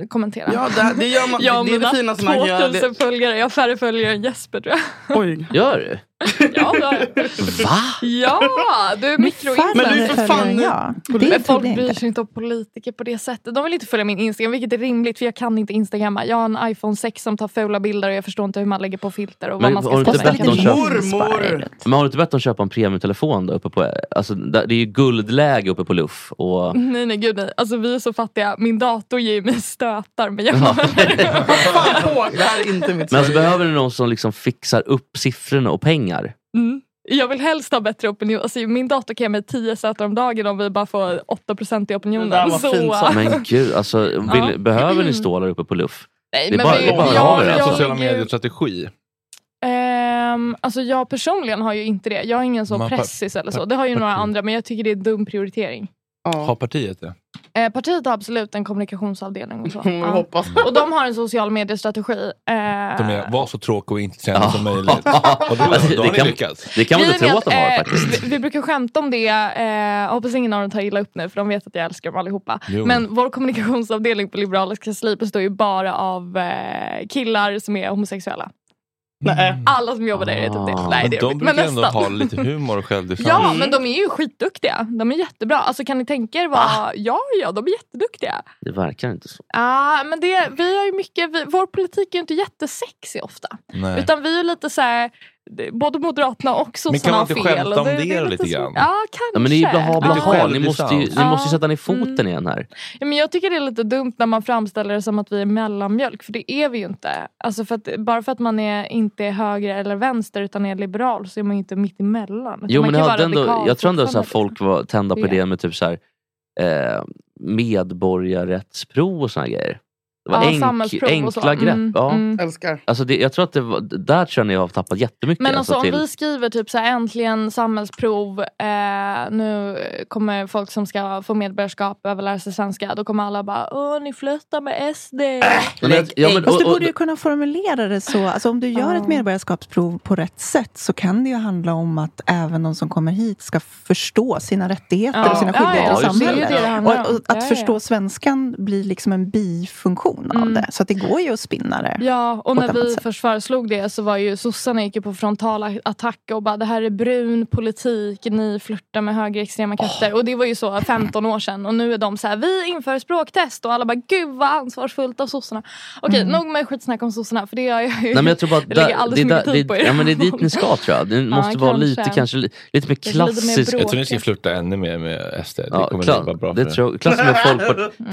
Speaker 9: eh, kommentera.
Speaker 4: Ja, det- det gör man-
Speaker 9: jag och
Speaker 4: det är det
Speaker 9: mina
Speaker 4: finaste man gör.
Speaker 9: 2000 följare, jag har färre följare än Jesper tror jag.
Speaker 4: Oj.
Speaker 3: Gör du?
Speaker 9: Ja, det har jag. Ja, du är mikroinfluencer.
Speaker 7: Men du är för fan- Ja, det trodde
Speaker 9: Men folk
Speaker 7: jag
Speaker 9: bryr sig inte om politiker på det sättet. De vill inte följa min Instagram, vilket är rimligt för jag kan inte Instagramma. Jag har en iPhone 6 som tar fula bilder och jag förstår inte hur man lägger på filter och vad
Speaker 3: Men
Speaker 9: man
Speaker 3: har du
Speaker 9: ska
Speaker 3: inte
Speaker 9: ställa
Speaker 3: bett dem
Speaker 9: in.
Speaker 3: köpa- Men har du inte bett dem köpa en premiumtelefon då uppe på... Alltså, där- det är ju guldläge uppe på luff. Och...
Speaker 9: Nej, nej, gud nej. Alltså vi är så fattiga. Min dator ger mig stötar. Men jag
Speaker 3: Ja.
Speaker 4: Fan, ihåg, det här är inte mitt
Speaker 3: Men alltså
Speaker 4: Sverige.
Speaker 3: behöver du någon som liksom fixar upp siffrorna och pengar?
Speaker 9: Mm. Jag vill helst ha bättre opinion. Alltså, min dator kan ge mig 10 säter om dagen om vi bara får 8% i opinionen.
Speaker 8: Det där var
Speaker 9: Så-
Speaker 8: fint sagt.
Speaker 3: Men gud, alltså, vill,
Speaker 9: Ja.
Speaker 3: behöver ni stå där uppe på luff?
Speaker 9: Nej,
Speaker 3: det är
Speaker 9: men
Speaker 3: bara,
Speaker 9: vi-
Speaker 3: det är bara
Speaker 9: jag-
Speaker 3: havet.
Speaker 9: jag- Sociala jag-
Speaker 1: medier-strategi.
Speaker 9: Ehm, alltså jag personligen har ju inte det. Jag är ingen så
Speaker 1: Man par-
Speaker 9: pressis eller så.
Speaker 1: par-
Speaker 9: Det har ju några
Speaker 1: parti.
Speaker 9: andra men jag tycker det är en dum prioritering.
Speaker 1: Har partiet det?
Speaker 9: Eh, partiet har absolut en kommunikationsavdelning och så.
Speaker 1: Mm, jag
Speaker 9: Ja.
Speaker 1: hoppas.
Speaker 9: Och de har en social mediestrategi. Eh,
Speaker 1: De är, var så tråkiga och intetsägande som möjligt. Och då,
Speaker 3: Alltså, det
Speaker 1: då har ni
Speaker 3: kan-
Speaker 1: lyckats.
Speaker 3: det kan man
Speaker 9: Grejen är eh, Vi, vi brukar skämta om det. Eh, hoppas ingen av dem tar illa upp nu för de vet att jag älskar dem allihopa.
Speaker 3: Jo.
Speaker 9: Men vår kommunikationsavdelning på Liberalernas kansli består ju bara av eh, killar som är homosexuella.
Speaker 4: Nej.
Speaker 9: Alla som jobbar där är typ
Speaker 3: Ah.
Speaker 9: det. Nej, det är
Speaker 1: de
Speaker 9: inte. men
Speaker 1: brukar ändå
Speaker 9: nästan.
Speaker 1: ha lite humor och självdistans.
Speaker 9: Ja,
Speaker 3: Mm.
Speaker 9: men de är ju skitduktiga. De är jättebra. Alltså kan ni tänka er vad... Ja, ja, de är jätteduktiga.
Speaker 3: Det verkar inte så.
Speaker 9: Ja, men det, vi har ju mycket, vi, vår politik är ju inte jättesexig ofta.
Speaker 1: Nej.
Speaker 9: Utan vi är ju lite så här, det- både Moderaterna och "Ah, sossarna
Speaker 1: Men kan man
Speaker 9: har
Speaker 1: inte
Speaker 9: fel.
Speaker 1: skämta
Speaker 9: och
Speaker 1: om det,
Speaker 9: är
Speaker 1: lite
Speaker 9: så-
Speaker 1: grann?
Speaker 9: Ja, kanske.
Speaker 3: Ja, men det är ju blaha
Speaker 9: Ja.
Speaker 3: blaha. Ni, måste ju, ni
Speaker 9: Ja. Mm.
Speaker 3: måste ju sätta ner foten igen här.
Speaker 9: Ja, men jag tycker det är lite dumt när man framställer det som att vi är mellanmjölk, för det är vi ju inte. Alltså för att, bara för att man är, inte är höger eller vänster utan är liberal så är man ju inte mitt emellan. Utan
Speaker 3: Jo,
Speaker 9: man
Speaker 3: men
Speaker 9: kan
Speaker 3: jag,
Speaker 9: ju
Speaker 3: hade
Speaker 9: vara
Speaker 3: ändå,
Speaker 9: radikal
Speaker 3: jag tror ändå så här,
Speaker 9: fortfarande. liksom.
Speaker 3: folk var tända på
Speaker 9: Ja.
Speaker 3: idén med typ så här, eh, medborgarrättsprov och såna grejer. Det var
Speaker 9: Ja,
Speaker 3: enk-
Speaker 9: samhällsprov och så.
Speaker 3: enkla grepp.
Speaker 9: Mm,
Speaker 3: ja.
Speaker 9: mm.
Speaker 4: Älskar.
Speaker 3: Alltså det, jag tror att det var, där tror jag ni har tappat jättemycket.
Speaker 9: Men alltså,
Speaker 3: till,
Speaker 9: om vi skriver typ så här, äntligen samhällsprov, eh, nu kommer folk som ska få medborgarskap överlära sig svenska, då kommer alla bara åh ni flörtar med SD.
Speaker 3: Lägg ja, men,
Speaker 7: Fast
Speaker 3: och,
Speaker 7: du
Speaker 3: och,
Speaker 7: borde ju kunna formulera det så. Alltså om du gör ett medborgarskapsprov på rätt sätt så kan det ju handla om att även de som kommer hit ska förstå sina rättigheter
Speaker 9: Ja.
Speaker 7: och sina
Speaker 9: Ja, ja,
Speaker 7: skyldigheter i
Speaker 9: just det. Det är ju det det
Speaker 7: samhället.
Speaker 9: handlar
Speaker 7: Och, att- och
Speaker 9: om.
Speaker 7: att
Speaker 9: Ja, ja.
Speaker 7: förstå svenskan blir liksom en bifunktion av
Speaker 9: Mm.
Speaker 7: det. Så att det går ju att spinna det.
Speaker 9: Ja,
Speaker 7: på
Speaker 9: och
Speaker 7: ett
Speaker 9: när
Speaker 7: annat
Speaker 9: vi
Speaker 7: sätt.
Speaker 9: först föreslog det så var ju sossarna gick ju på frontala attack och bara det här är brun politik, ni flörtar med högerextrema krafter. Och det var ju så 15 år sedan och nu är de så här, vi inför språktest och alla bara gud vad ansvarsfullt av sossarna. Okej,
Speaker 7: Mm.
Speaker 9: nog med skitsnack om sossarna för det gör jag ju.
Speaker 3: Nej, men jag tror bara att
Speaker 9: jag lägger
Speaker 3: där, det,
Speaker 9: alldeles
Speaker 3: är
Speaker 9: för mycket
Speaker 3: där,
Speaker 9: tid på
Speaker 3: det,
Speaker 9: er.
Speaker 3: ja, men det är dit ni ska tror jag. Ni
Speaker 9: Ja,
Speaker 3: måste vara lite,
Speaker 9: kanske.
Speaker 3: kanske, li- lite mer
Speaker 9: Kanske lite mer
Speaker 3: klassisk.
Speaker 9: bråk. Jag tror ni
Speaker 1: Ni ska flytta ännu mer med SD. Det
Speaker 3: Ja,
Speaker 1: kommer
Speaker 3: kla-
Speaker 1: att vara bra
Speaker 3: det
Speaker 1: för
Speaker 3: tror jag, klassen med folk.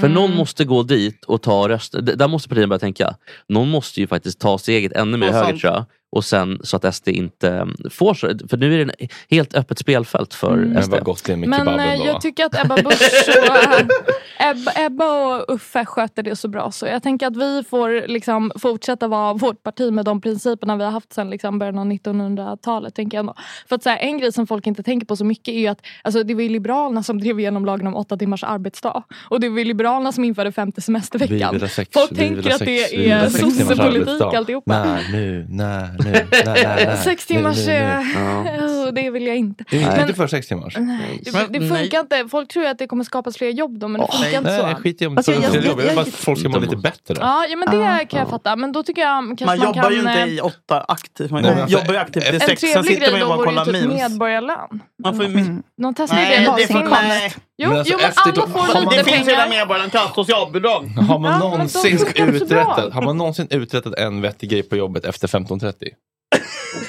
Speaker 3: För någon
Speaker 9: Mm.
Speaker 3: måste gå dit och ta rösten. D- Där måste partierna börja tänka. Någon måste ju faktiskt ta steget ännu mer
Speaker 1: Ja,
Speaker 3: höger
Speaker 1: sant.
Speaker 3: tror jag. Och sen så att SD inte mm, får så. För nu är det en helt öppet spelfält för
Speaker 9: Mm.
Speaker 3: SD.
Speaker 9: Men vad
Speaker 1: gott det är
Speaker 9: Men eh, jag tycker att Ebba Busch eh, och, Ebba, Ebba och Uffe sköter det så bra. Så jag tänker att vi får liksom fortsätta vara vårt parti med de principerna vi har haft sedan liksom början av 1900-talet. Tänker jag ändå. För att, så här, en grej som folk inte tänker på så mycket är ju att alltså, det var ju Liberalerna som drev igenom lagen om åtta timmars arbetsdag. Och det var ju Liberalerna som införde femte semesterveckan.
Speaker 1: Vivra sex,
Speaker 9: folk
Speaker 1: vivra
Speaker 9: tänker att
Speaker 1: sex,
Speaker 9: det
Speaker 1: vivra
Speaker 9: är
Speaker 1: sex timmars
Speaker 9: sossepolitik
Speaker 1: arbetsdag.
Speaker 9: alltihopa.
Speaker 1: Nej, nu, nej, nu, nej, nej, nej.
Speaker 9: Sex
Speaker 1: Nu, nu,
Speaker 9: timmars...
Speaker 1: nu.
Speaker 9: eh,
Speaker 1: Ja.
Speaker 9: Det vill jag inte.
Speaker 1: Är ni
Speaker 9: Men-
Speaker 1: Inte för sex timmars.
Speaker 9: Nej, det, det funkar inte. Folk tror ju att det kommer skapas fler jobb då, men det
Speaker 1: Åh,
Speaker 9: funkar inte
Speaker 1: nej,
Speaker 9: så.
Speaker 1: skit i om det
Speaker 7: Alltså,
Speaker 1: tar
Speaker 7: jag-
Speaker 1: fler
Speaker 7: jag-
Speaker 1: jobb. Jag vill bara
Speaker 7: jag-
Speaker 1: att folk ska må lite bättre.
Speaker 9: Ja, ja, men det kan jag fatta. Men då tycker jag kanske
Speaker 4: Ah. Man,
Speaker 9: man,
Speaker 4: jobbar
Speaker 9: kan...
Speaker 4: ju inte
Speaker 9: eh,
Speaker 4: i åtta aktivt. Man
Speaker 1: Nej, men alltså,
Speaker 4: jobbar ju aktivt i
Speaker 9: En
Speaker 4: sex. Sen
Speaker 9: trevlig
Speaker 4: sitter
Speaker 9: grej
Speaker 4: man ju
Speaker 9: då
Speaker 4: bara och
Speaker 9: vore ju
Speaker 4: kollar
Speaker 9: typ
Speaker 4: memes.
Speaker 9: medborgarlön.
Speaker 4: Man får ju min-
Speaker 9: De testade ju
Speaker 4: Nej,
Speaker 9: det i
Speaker 4: det får man-
Speaker 9: basinkomst.
Speaker 4: nej.
Speaker 9: Jo,
Speaker 1: Men alltså,
Speaker 9: jo, men
Speaker 1: efter
Speaker 9: alla
Speaker 1: de-
Speaker 9: får
Speaker 1: har man-
Speaker 9: lite
Speaker 1: Det finns ju
Speaker 9: pengar.
Speaker 4: medborgaren kan ha socialbidrag.
Speaker 1: Har man,
Speaker 9: Ja, men de
Speaker 1: någonsin
Speaker 9: funkar inte så bra.
Speaker 1: uträttat, har man någonsin uträttat en vettig grej på jobbet efter 15.30?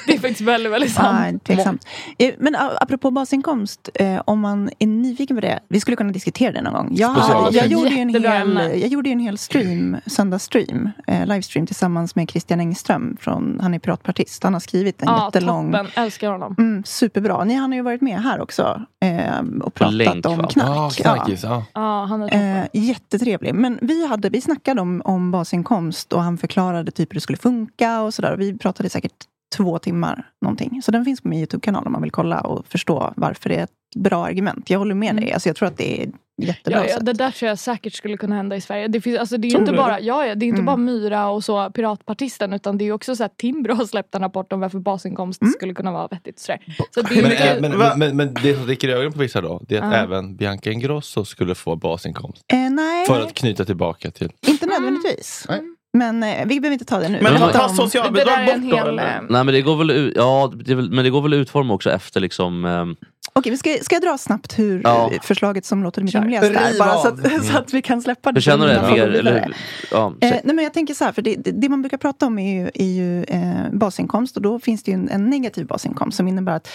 Speaker 9: Det är faktiskt väldigt, väldigt
Speaker 7: Nej,
Speaker 9: sant.
Speaker 7: tveksamt. Eh, Men a- apropå basinkomst, eh, om man är nyfiken på det. Vi skulle kunna diskutera det någon gång. Jag, hade, jag,
Speaker 9: Specialavsnitt.
Speaker 7: gjorde, ju en
Speaker 9: Jättebra
Speaker 7: hel,
Speaker 9: ämne.
Speaker 7: jag gjorde ju en hel stream, söndagsstream, eh, livestream tillsammans med Christian Engström. Från, han är piratpartist. Han har skrivit en
Speaker 9: Ja,
Speaker 7: jättelång...
Speaker 9: toppen. Älskar honom.
Speaker 7: Mm, superbra. Ni, han har ju varit med här också eh, och pratat
Speaker 3: länk,
Speaker 7: om
Speaker 3: va?
Speaker 7: knark.
Speaker 3: Ah, knarkis, ja.
Speaker 9: Ja, han är
Speaker 7: Eh, jättetrevlig. Men vi, hade, vi snackade om, om basinkomst och han förklarade typ hur det skulle funka och sådär. Vi pratade i säkert två timmar någonting. Så den finns på min Youtube-kanal om man vill kolla och förstå varför det är ett bra argument. Jag håller med dig. Alltså, jag tror att det är ett jättebra.
Speaker 9: Mm. Ja, ja,
Speaker 7: sätt.
Speaker 9: det där tror jag säkert skulle kunna hända i Sverige. Det, finns, alltså, det är ju
Speaker 7: Tror
Speaker 9: inte,
Speaker 7: du?
Speaker 9: bara, ja, ja, det är inte
Speaker 7: Mm.
Speaker 9: bara Myra och så piratpartisten utan det är ju också så att Timbro har släppt en rapport om varför basinkomst skulle kunna vara vettigt. och sådär. Så det är
Speaker 1: Men,
Speaker 9: mycket-
Speaker 1: äh, men, men, men, men det som sticker i ögonen på vissa då, det är att
Speaker 9: Ja.
Speaker 1: även Bianca Ingrosso skulle få basinkomst.
Speaker 7: Eh, nej,
Speaker 1: För att knyta tillbaka till...
Speaker 7: inte nödvändigtvis. Men eh, vi behöver inte ta det nu.
Speaker 3: Men
Speaker 7: Vi
Speaker 3: vad
Speaker 7: pratar
Speaker 3: tar
Speaker 7: om-
Speaker 3: socialbidrag
Speaker 7: Det där är en
Speaker 4: bort då,
Speaker 7: hel,
Speaker 4: eller?
Speaker 7: eh,
Speaker 3: Nej, men det går väl ut, ja, det är väl, men det går väl att utforma också efter liksom... ehm,
Speaker 7: Okej, men ska, ska jag dra snabbt hur
Speaker 3: Ja.
Speaker 7: förslaget som låter det rimligaste
Speaker 3: Riv
Speaker 7: är? Bara så
Speaker 3: av.
Speaker 7: att, så att vi kan släppa det.
Speaker 3: hur känner du
Speaker 9: Mm.
Speaker 3: det?
Speaker 7: innan vi går
Speaker 3: Mer,
Speaker 7: vidare.
Speaker 3: eller, hur? ja,
Speaker 7: Eh, nej men jag tänker så här, för det, det, det man brukar prata om är ju, är ju eh, basinkomst och då finns det ju en, en negativ basinkomst som innebär att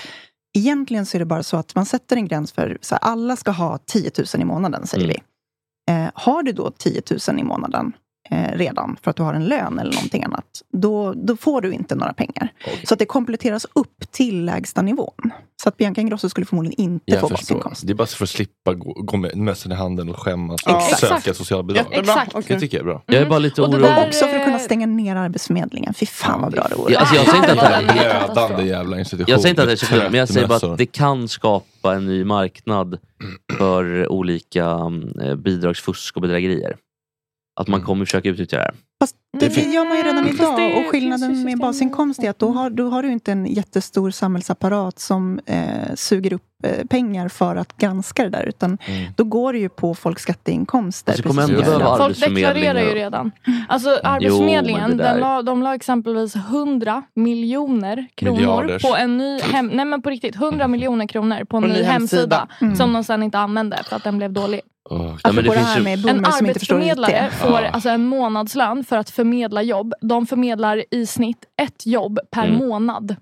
Speaker 7: egentligen så är det bara så att man sätter en gräns för så här, alla ska ha 10 000 i månaden, säger vi. Eh, har du då 10 000 i månaden eh, redan för att du har en lön eller någonting annat, då, då får du inte några pengar. Så att det kompletteras upp till lägsta nivån. Så att Bianca Ingrosso skulle förmodligen inte få
Speaker 1: Jag förstår.
Speaker 7: basinkomst.
Speaker 1: Det är bara för att slippa gå, gå med mössan i handen och skämmas
Speaker 7: Ja.
Speaker 1: och
Speaker 7: Exakt.
Speaker 1: söka socialbidrag.
Speaker 7: Jättebra. Exakt.
Speaker 1: Det tycker jag är bra.
Speaker 3: Jag är bara lite
Speaker 7: Och,
Speaker 3: orolig.
Speaker 7: också för att
Speaker 9: eh,
Speaker 7: kunna stänga ner Arbetsförmedlingen. Fy fan vad bra det vore.
Speaker 3: Ja, alltså jag säger inte att det här-
Speaker 1: Blödande jävla institution.
Speaker 3: Jag säger inte att det är så kul, men jag säger bara
Speaker 1: Mössor.
Speaker 3: att det kan skapa en ny marknad för olika eh, bidragsfusk och bedrägerier. Att man kommer försöka utnyttja det här.
Speaker 7: Det, det gör man ju redan idag.
Speaker 9: det
Speaker 7: och skillnaden med basinkomst är att då har, då har du inte en jättestor samhällsapparat som eh, suger upp eh, pengar för att granska det där. Utan då går det ju på folks skatteinkomster.
Speaker 3: Alltså, det kommer
Speaker 7: precis
Speaker 3: ändå
Speaker 7: som det är
Speaker 3: behöva
Speaker 7: idag.
Speaker 9: Folk deklarerar ju redan. Alltså Arbetsförmedlingen,
Speaker 3: men det
Speaker 9: den
Speaker 3: där-
Speaker 9: la, de la exempelvis 100 miljoner kronor
Speaker 3: Miljarders.
Speaker 9: på en ny hem, nej men på riktigt, 100 miljoner kronor på en ny hemsida.
Speaker 7: Mm.
Speaker 9: Som de sen inte använde för att den blev dålig.
Speaker 3: Ja, men det
Speaker 7: Apropå det
Speaker 3: finns
Speaker 7: här
Speaker 3: ju-
Speaker 7: med
Speaker 9: En
Speaker 7: boomers som inte förstår IT.
Speaker 9: arbetsförmedlare får
Speaker 7: Ja.
Speaker 9: alltså en månadslön för att förmedla jobb. De förmedlar i snitt ett jobb per
Speaker 3: Mm.
Speaker 9: månad.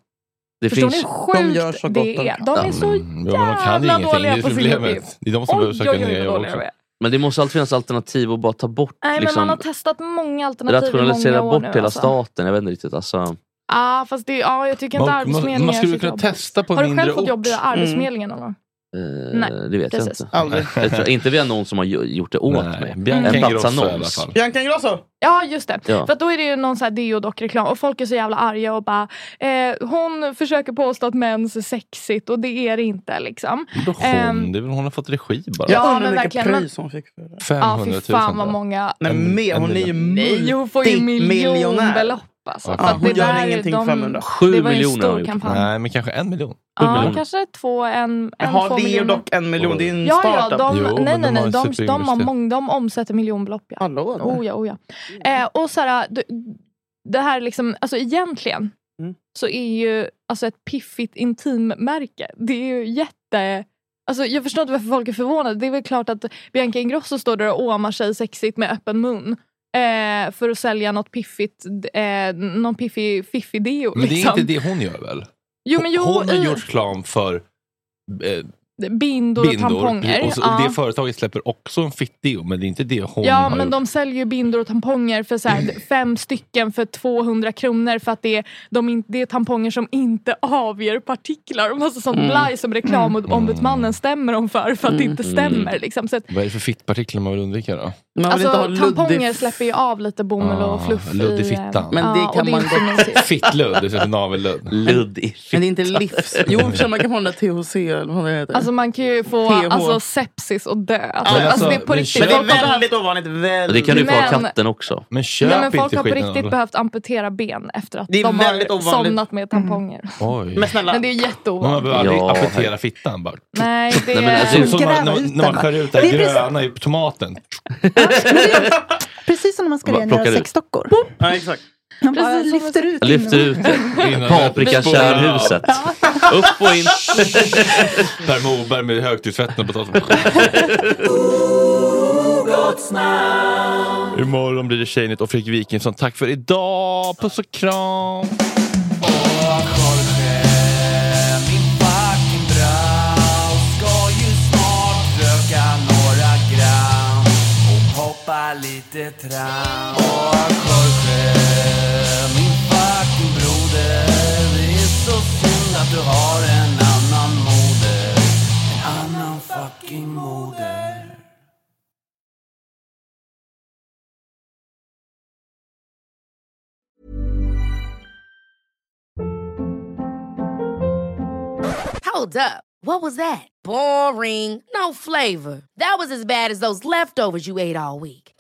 Speaker 3: Det
Speaker 9: Förstår
Speaker 3: finns-
Speaker 9: ni hur sjukt
Speaker 3: De gör så gott
Speaker 9: det
Speaker 3: de
Speaker 9: är?
Speaker 3: kan.
Speaker 9: De är så
Speaker 1: Mm, Ja, men de kan ju
Speaker 9: jävla
Speaker 1: ingenting, det är
Speaker 9: dåliga
Speaker 1: ju
Speaker 9: på sin
Speaker 1: problemet.
Speaker 9: uppgift.
Speaker 1: Det är de som
Speaker 9: Oj,
Speaker 1: behöver söka
Speaker 9: oj, oj,
Speaker 1: nya
Speaker 9: vad
Speaker 1: jobb
Speaker 9: dåliga
Speaker 1: också.
Speaker 9: vi är.
Speaker 3: Men det måste alltid finnas alternativ och bara ta bort,
Speaker 9: Nej, men man har
Speaker 3: liksom,
Speaker 9: testat många alternativ i många
Speaker 3: rationalisera
Speaker 9: år
Speaker 3: bort
Speaker 9: nu.
Speaker 3: hela
Speaker 9: alltså.
Speaker 3: staten. Jag vet inte riktigt. Alltså.
Speaker 9: Ja, fast det, ja, jag tycker inte
Speaker 3: Man- man-
Speaker 9: Arbetsförmedlingen
Speaker 3: man
Speaker 9: gör
Speaker 3: skulle
Speaker 9: sitt
Speaker 3: kunna
Speaker 9: jobb.
Speaker 1: testa på en
Speaker 9: Har du själv
Speaker 1: mindre
Speaker 9: fått jobb via
Speaker 1: ort?
Speaker 9: Arbetsförmedlingen någon gång?
Speaker 3: Eh,
Speaker 9: Nej,
Speaker 3: det vet
Speaker 9: precis.
Speaker 3: jag inte.
Speaker 9: Aldrig.
Speaker 3: Jag tror, inte vi har någon som har ju- gjort det åt
Speaker 1: Nej,
Speaker 3: mig.
Speaker 1: Bianca
Speaker 3: en
Speaker 1: Ingrosso
Speaker 3: platsannons.
Speaker 1: i alla fall.
Speaker 4: Bianca Ingrosso!
Speaker 9: Ja, just det.
Speaker 3: Ja.
Speaker 9: För att då är det ju någon sån här deodock-reklam och folk är så jävla arga och bara eh, Hon försöker påstå att mens är sexigt och det är det inte liksom.
Speaker 1: Vadå
Speaker 9: Ehm,
Speaker 1: Hon, det är väl, hon har fått regi bara.
Speaker 9: Ja, men verkligen, men-
Speaker 4: hon fick för det.
Speaker 1: 500
Speaker 9: Ja,
Speaker 1: 000
Speaker 9: fy fan vad
Speaker 1: bara.
Speaker 9: många...
Speaker 4: Nej,
Speaker 1: En-
Speaker 4: mer.
Speaker 1: en
Speaker 4: Hon är ju
Speaker 1: miljon.
Speaker 9: Nej, hon får ju miljonbelopp. Alltså.
Speaker 1: Ja,
Speaker 9: Så att
Speaker 1: hon
Speaker 9: det
Speaker 1: gör
Speaker 9: där är
Speaker 4: ingenting
Speaker 9: de-
Speaker 4: för 500.
Speaker 9: Sju det var ju en miljoner har stor hon gjort. kampanj.
Speaker 1: Nej, men kanske en miljon.
Speaker 9: Ja, kanske två, en, en två
Speaker 4: Jaha, det är ju
Speaker 9: miljoner.
Speaker 4: dock en miljon. Det är en
Speaker 9: Ja, ja,
Speaker 4: startup.
Speaker 9: de, nej, nej, nej,
Speaker 4: ju
Speaker 9: de, de, har
Speaker 4: superindustri.
Speaker 9: mång, de omsätter miljonbelopp. Ja.
Speaker 4: Hallå, där.
Speaker 9: oh, ja, oh, ja. Eh, och så här, d- det här liksom, alltså egentligen så är ju alltså ett piffigt intimmärke, det är ju jätte... Alltså, jag förstår inte varför folk är förvånade. Det är väl klart att Bianca Ingrosso står där och åmar sig sexigt med öppen mun. Eh, för att sälja något piffigt, eh, någon piffig fiffig deo.
Speaker 1: Men det är
Speaker 9: liksom.
Speaker 1: inte det hon gör väl?
Speaker 9: Jo, men jo,
Speaker 1: hon har
Speaker 9: i-
Speaker 1: gjort reklam för eh,
Speaker 9: Bindor, och tamponger.
Speaker 1: Och så,
Speaker 9: ja.
Speaker 1: Det företaget släpper också en fittdeo, men det är inte det hon
Speaker 9: Ja,
Speaker 1: har
Speaker 9: men
Speaker 1: gjort.
Speaker 9: de säljer ju bindor och tamponger för så
Speaker 4: Mm.
Speaker 9: här, fem stycken för 200 kronor för att det är, de in, det är tamponger som inte avger partiklar. Massa sånt
Speaker 1: Mm.
Speaker 9: blaj som reklamombudsmannen stämmer om för, för att det inte
Speaker 1: Mm.
Speaker 9: stämmer. Liksom. Så att,
Speaker 1: Vad är det för fittpartiklar man vill undvika då?
Speaker 9: alltså, tamponger släpper ju av lite bomull och
Speaker 1: Ah,
Speaker 9: fluff.
Speaker 1: Ludd i
Speaker 9: eh,
Speaker 1: fittan.
Speaker 9: ja, och är inte mysigt.
Speaker 1: Fittludd istället för navelludd.
Speaker 3: Mm. Ludd i
Speaker 4: Men det är inte livs... Jo, i och för sig, man kan få den där THC eller vad det heter.
Speaker 9: Alltså man kan ju få
Speaker 4: TH.
Speaker 9: alltså, sepsis och dö. Alltså,
Speaker 4: Men
Speaker 9: alltså, det är
Speaker 4: alltså,
Speaker 9: på
Speaker 4: men
Speaker 9: riktigt.
Speaker 4: köp-
Speaker 9: Folk har
Speaker 4: Det är
Speaker 9: behövt-
Speaker 4: väldigt ovanligt.
Speaker 3: Och det kan du få av
Speaker 9: Men-
Speaker 3: katten också.
Speaker 1: Men
Speaker 9: Nej, men folk har på riktigt behövt amputera ben efter att
Speaker 3: Det är
Speaker 9: de
Speaker 3: väldigt
Speaker 9: har
Speaker 3: ovanligt.
Speaker 9: somnat med tamponger.
Speaker 1: Oj.
Speaker 4: Men snälla.
Speaker 9: Men det är
Speaker 1: Man
Speaker 9: jätteovanligt.
Speaker 1: behöver aldrig
Speaker 3: Ja.
Speaker 1: amputera fittan bara.
Speaker 9: Nej, det
Speaker 1: Nej, men alltså, det är som när,
Speaker 7: Gräva
Speaker 1: när,
Speaker 7: ut
Speaker 1: när man
Speaker 7: den,
Speaker 1: skär ut
Speaker 7: va?
Speaker 1: det här
Speaker 7: Det är precis-
Speaker 1: gröna i tomaten.
Speaker 7: Precis som när man ska
Speaker 1: Bara
Speaker 7: rengöra
Speaker 1: plockar ut.
Speaker 7: sexdockor.
Speaker 4: Ja, exakt.
Speaker 7: Man bara lyfter ut. Mm.
Speaker 3: Lyfter ut
Speaker 1: Innan-
Speaker 3: det. Paprikakärnhuset. Upp och in.
Speaker 1: Per Morberg med högtidstvätten och potatis. Imorgon blir det Tjejnytt och Fredrik Wikingsson. Tack för idag. Puss och kram.
Speaker 6: Ska ju snart röka några gram och poppa lite tram. Och Jorge, min fucking broder. Det är så synd att du har en annan moder. En annan fucking moder.
Speaker 10: Hold up. What was that? Boring. No flavor. That was as bad as those leftovers you ate all week.